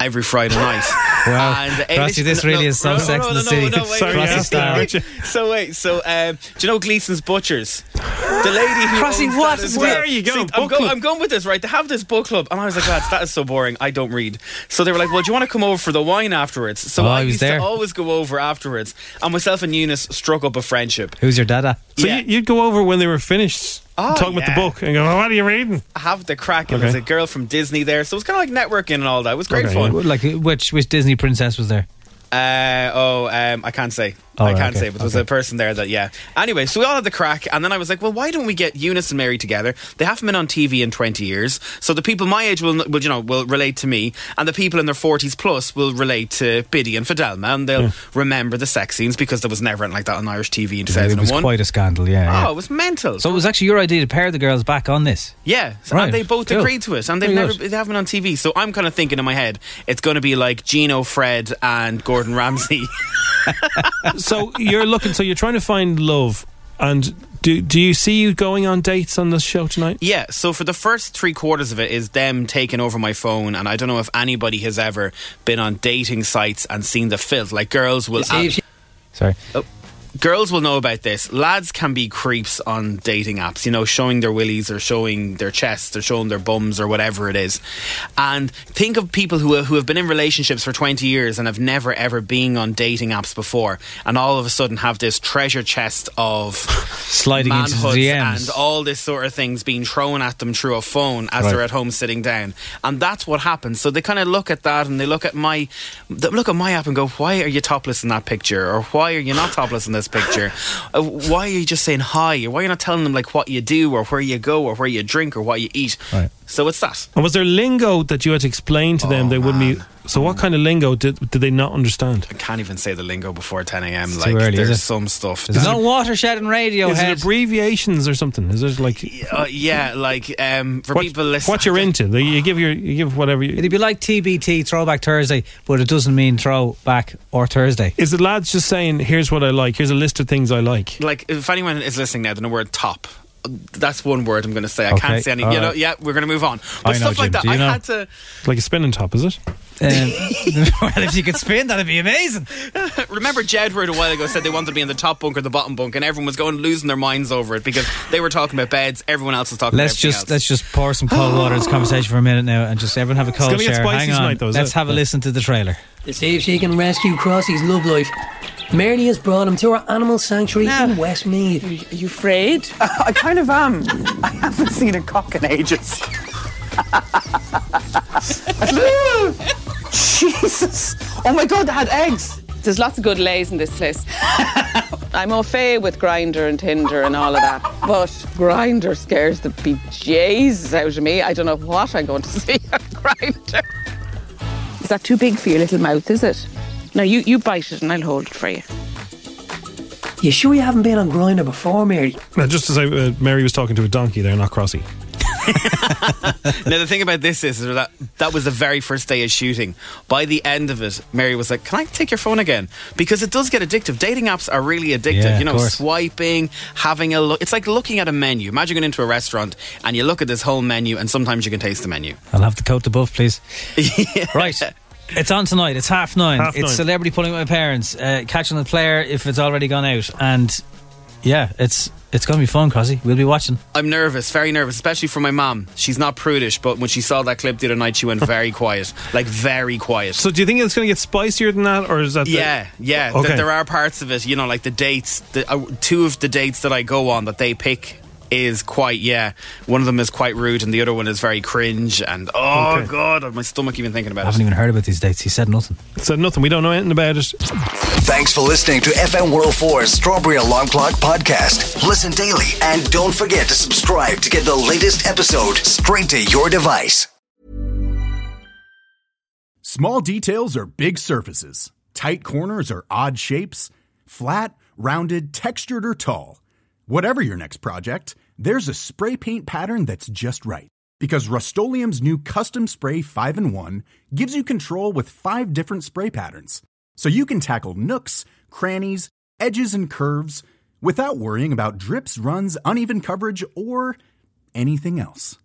[SPEAKER 26] every Friday night.
[SPEAKER 3] Wow. Rossy,
[SPEAKER 26] Ailish-
[SPEAKER 3] this really is so Sex and the City. Sorry, Rossy Star, aren't you?
[SPEAKER 26] So wait, so um, do you know Gleason's Butchers? The lady who
[SPEAKER 3] Rossy,
[SPEAKER 26] owns
[SPEAKER 3] what
[SPEAKER 26] that
[SPEAKER 3] is-
[SPEAKER 26] as well.
[SPEAKER 3] where are you going?
[SPEAKER 26] I'm,
[SPEAKER 3] Book
[SPEAKER 26] go-
[SPEAKER 3] club.
[SPEAKER 26] I'm going with this right. They have this book club, and I was like, lads, that is so boring. I don't read. So they were like, well, do you want to come over for the wine afterwards? So
[SPEAKER 3] Oh,
[SPEAKER 26] I
[SPEAKER 3] I was
[SPEAKER 26] used
[SPEAKER 3] there.
[SPEAKER 26] to always go over afterwards, and myself and Eunice struck up a friendship.
[SPEAKER 3] Who's your dada?
[SPEAKER 2] So you, you'd go over when they were finished
[SPEAKER 26] Oh,
[SPEAKER 2] talking about the
[SPEAKER 26] yeah.
[SPEAKER 2] book and go, "Oh, what are you reading?
[SPEAKER 26] have the crack. It was
[SPEAKER 2] Okay.
[SPEAKER 26] a girl from Disney there, so it was kind of like networking and all that. It was great fun.
[SPEAKER 3] Like which which Disney princess was there?
[SPEAKER 26] Uh, oh, um, I can't say.
[SPEAKER 3] All
[SPEAKER 26] I
[SPEAKER 3] right,
[SPEAKER 26] can't
[SPEAKER 3] okay,
[SPEAKER 26] say, but there was
[SPEAKER 3] okay.
[SPEAKER 26] a person there that, yeah. Anyway, so we all had the crack, and then I was like, well, why don't we get Eunice and Mary together? They haven't been on TV in 20 years, so the people my age will, will you know, will relate to me, and the people in their 40s plus will relate to Biddy and Fidelma, and they'll remember the sex scenes because there was never anything like that on Irish TV in
[SPEAKER 3] It
[SPEAKER 26] 2001.
[SPEAKER 3] was quite a scandal. Yeah. yeah.
[SPEAKER 26] Oh, it was mental.
[SPEAKER 3] So it was actually your idea to pair the girls back on this.
[SPEAKER 26] Yeah, so,
[SPEAKER 3] Right,
[SPEAKER 26] and they both
[SPEAKER 3] cool.
[SPEAKER 26] agreed to it, and they've
[SPEAKER 3] Very
[SPEAKER 26] never
[SPEAKER 3] good.
[SPEAKER 26] they haven't been on TV. So I'm kind of thinking in my head, it's going to be like Gino, Fred, and Gordon Ramsay.
[SPEAKER 2] so you're looking. So you're trying to find love, and do do you see you going on dates on this show tonight?
[SPEAKER 26] yeah, so for the first three quarters of it is them taking over my phone, and I don't know if anybody has ever been on dating sites and seen the filth. Like girls will. ab-
[SPEAKER 3] Sorry.
[SPEAKER 26] Oh, Girls will know about this. Lads can be creeps on dating apps, you know, showing their willies or showing their chests or showing their bums or whatever it is. And think of people who, who have been in relationships for 20 years and have never ever been on dating apps before and all of a sudden have this treasure chest of
[SPEAKER 3] Sliding into the
[SPEAKER 26] manhoods
[SPEAKER 3] DMs.
[SPEAKER 26] and all this sort of things being thrown at them through a phone as
[SPEAKER 3] Right.
[SPEAKER 26] they're at home sitting down. And that's what happens. So they kind of look at that and they look at my they look at my app and go, "Why are you topless in that picture? Or why are you not topless in this picture? Uh, why are you just saying hi? Or why are you not telling them like what you do or where you go or where you drink or what you eat?"
[SPEAKER 3] Right.
[SPEAKER 26] So it's that.
[SPEAKER 2] And was there lingo that you had to explain to
[SPEAKER 26] Oh,
[SPEAKER 2] them? They wouldn't be. So what kind of lingo did did they not understand?
[SPEAKER 26] I can't even say the lingo before 10 a.m.
[SPEAKER 2] It's
[SPEAKER 26] like
[SPEAKER 2] too early, is it?
[SPEAKER 26] there's some stuff.
[SPEAKER 2] There's
[SPEAKER 26] that-
[SPEAKER 2] no
[SPEAKER 3] watershed and radio.
[SPEAKER 2] Is it abbreviations or something? Is it like
[SPEAKER 26] Uh, yeah, like um, for
[SPEAKER 2] what,
[SPEAKER 26] people listening,
[SPEAKER 2] what you're into? They- You give your you give whatever. You,
[SPEAKER 3] It'd be like TBT, Throwback Thursday, but it doesn't mean Throwback or Thursday.
[SPEAKER 2] is it lads just saying here's what I uh, like? Here's a list of things I like.
[SPEAKER 26] like if anyone is listening now, then the word top. That's one word I'm going to say. I
[SPEAKER 2] Okay,
[SPEAKER 26] can't say any.
[SPEAKER 2] all
[SPEAKER 26] You know,
[SPEAKER 2] right.
[SPEAKER 26] yeah, we're going to move on. But
[SPEAKER 2] I know,
[SPEAKER 26] stuff
[SPEAKER 2] Jim,
[SPEAKER 26] like that.
[SPEAKER 2] do you
[SPEAKER 26] I
[SPEAKER 2] know?
[SPEAKER 26] had to.
[SPEAKER 2] Like a spinning top, is it?
[SPEAKER 3] well, if you could spin, that'd be amazing.
[SPEAKER 26] Remember, Jedward a while ago said they wanted to be in the top bunk or the bottom bunk, and everyone was going losing their minds over it because they were talking about beds. Everyone else was talking.
[SPEAKER 3] Let's
[SPEAKER 26] about
[SPEAKER 3] just
[SPEAKER 26] everything
[SPEAKER 3] let's just pour some cold water in this conversation for a minute now, and just everyone have a cold
[SPEAKER 26] gonna get
[SPEAKER 3] share.
[SPEAKER 26] spicy
[SPEAKER 3] Hang on,
[SPEAKER 26] tonight, though, is
[SPEAKER 3] let's
[SPEAKER 26] it?
[SPEAKER 3] have a listen to the trailer.
[SPEAKER 5] To see if she can rescue Crossy's love life, Mary has brought him to her animal sanctuary in Westmead. Are you afraid? I kind of am. I haven't seen a cock in ages.
[SPEAKER 27] Jesus. Oh my God, they had eggs. There's lots of good lays in this place. I'm au fait with Grinder and Tinder and all of that, but Grinder scares the bejesus out of me. I don't know what I'm going to see on Grinder. Is that too big for your little mouth? Is it? No, you, you bite it and I'll hold it for you.
[SPEAKER 5] You sure you haven't been on Grinder before, Mary?
[SPEAKER 2] Now, just as I, uh, Mary was talking to a donkey there, not Crossy.
[SPEAKER 26] else. Now the thing about this is that that was the very first day of shooting. By the end of it, Mary was like, "Can I take your phone again?" Because it does get addictive. Dating apps are really addictive.
[SPEAKER 3] Yeah,
[SPEAKER 26] you
[SPEAKER 3] of
[SPEAKER 26] know,
[SPEAKER 3] course.
[SPEAKER 26] swiping, having a look. It's like looking at a menu. Imagine going into a restaurant and you look at this whole menu, and sometimes you can taste the menu.
[SPEAKER 3] I'll have the coat to buff, please. Right. It's on tonight. It's half nine.
[SPEAKER 26] Half
[SPEAKER 3] it's
[SPEAKER 26] nine.
[SPEAKER 3] celebrity pulling with my parents, uh, catching the player if it's already gone out, and yeah, it's it's gonna be fun, Crossy. We'll be watching.
[SPEAKER 26] I'm nervous, very nervous, especially for my mum. She's not prudish, but when she saw that clip the other night, she went very quiet, like very quiet.
[SPEAKER 2] So do you think it's going to get spicier than that, or is that? the-
[SPEAKER 26] yeah, yeah. th-
[SPEAKER 2] Okay.
[SPEAKER 26] there are parts of it, you know, like the dates. The, uh, two of the dates that I go on that they pick is quite yeah. One of them is quite rude, and the other one is very cringe. And oh
[SPEAKER 3] Okay.
[SPEAKER 26] god, my stomach even thinking
[SPEAKER 3] I
[SPEAKER 26] about it.
[SPEAKER 3] haven't even heard about these dates. He said nothing.
[SPEAKER 2] Said nothing. We don't know anything about it.
[SPEAKER 1] Thanks for listening to FM World 4's oh Strawberry Alarm Clock podcast. Listen daily and don't forget to subscribe to get the latest episode straight to your device.
[SPEAKER 28] Small details are big surfaces. Tight corners are odd shapes. Flat, rounded, textured, or tall. Whatever your next project, there's a spray paint pattern that's just right. Because Rust new Custom Spray 5 in 1 gives you control with five different spray patterns. So you can tackle nooks, crannies, edges, and curves without worrying about drips, runs, uneven coverage, or anything else.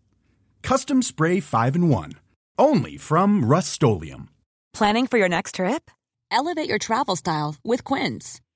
[SPEAKER 28] Custom Spray 5 in 1. Only from Rust Planning for your next trip? Elevate your travel style with Quince.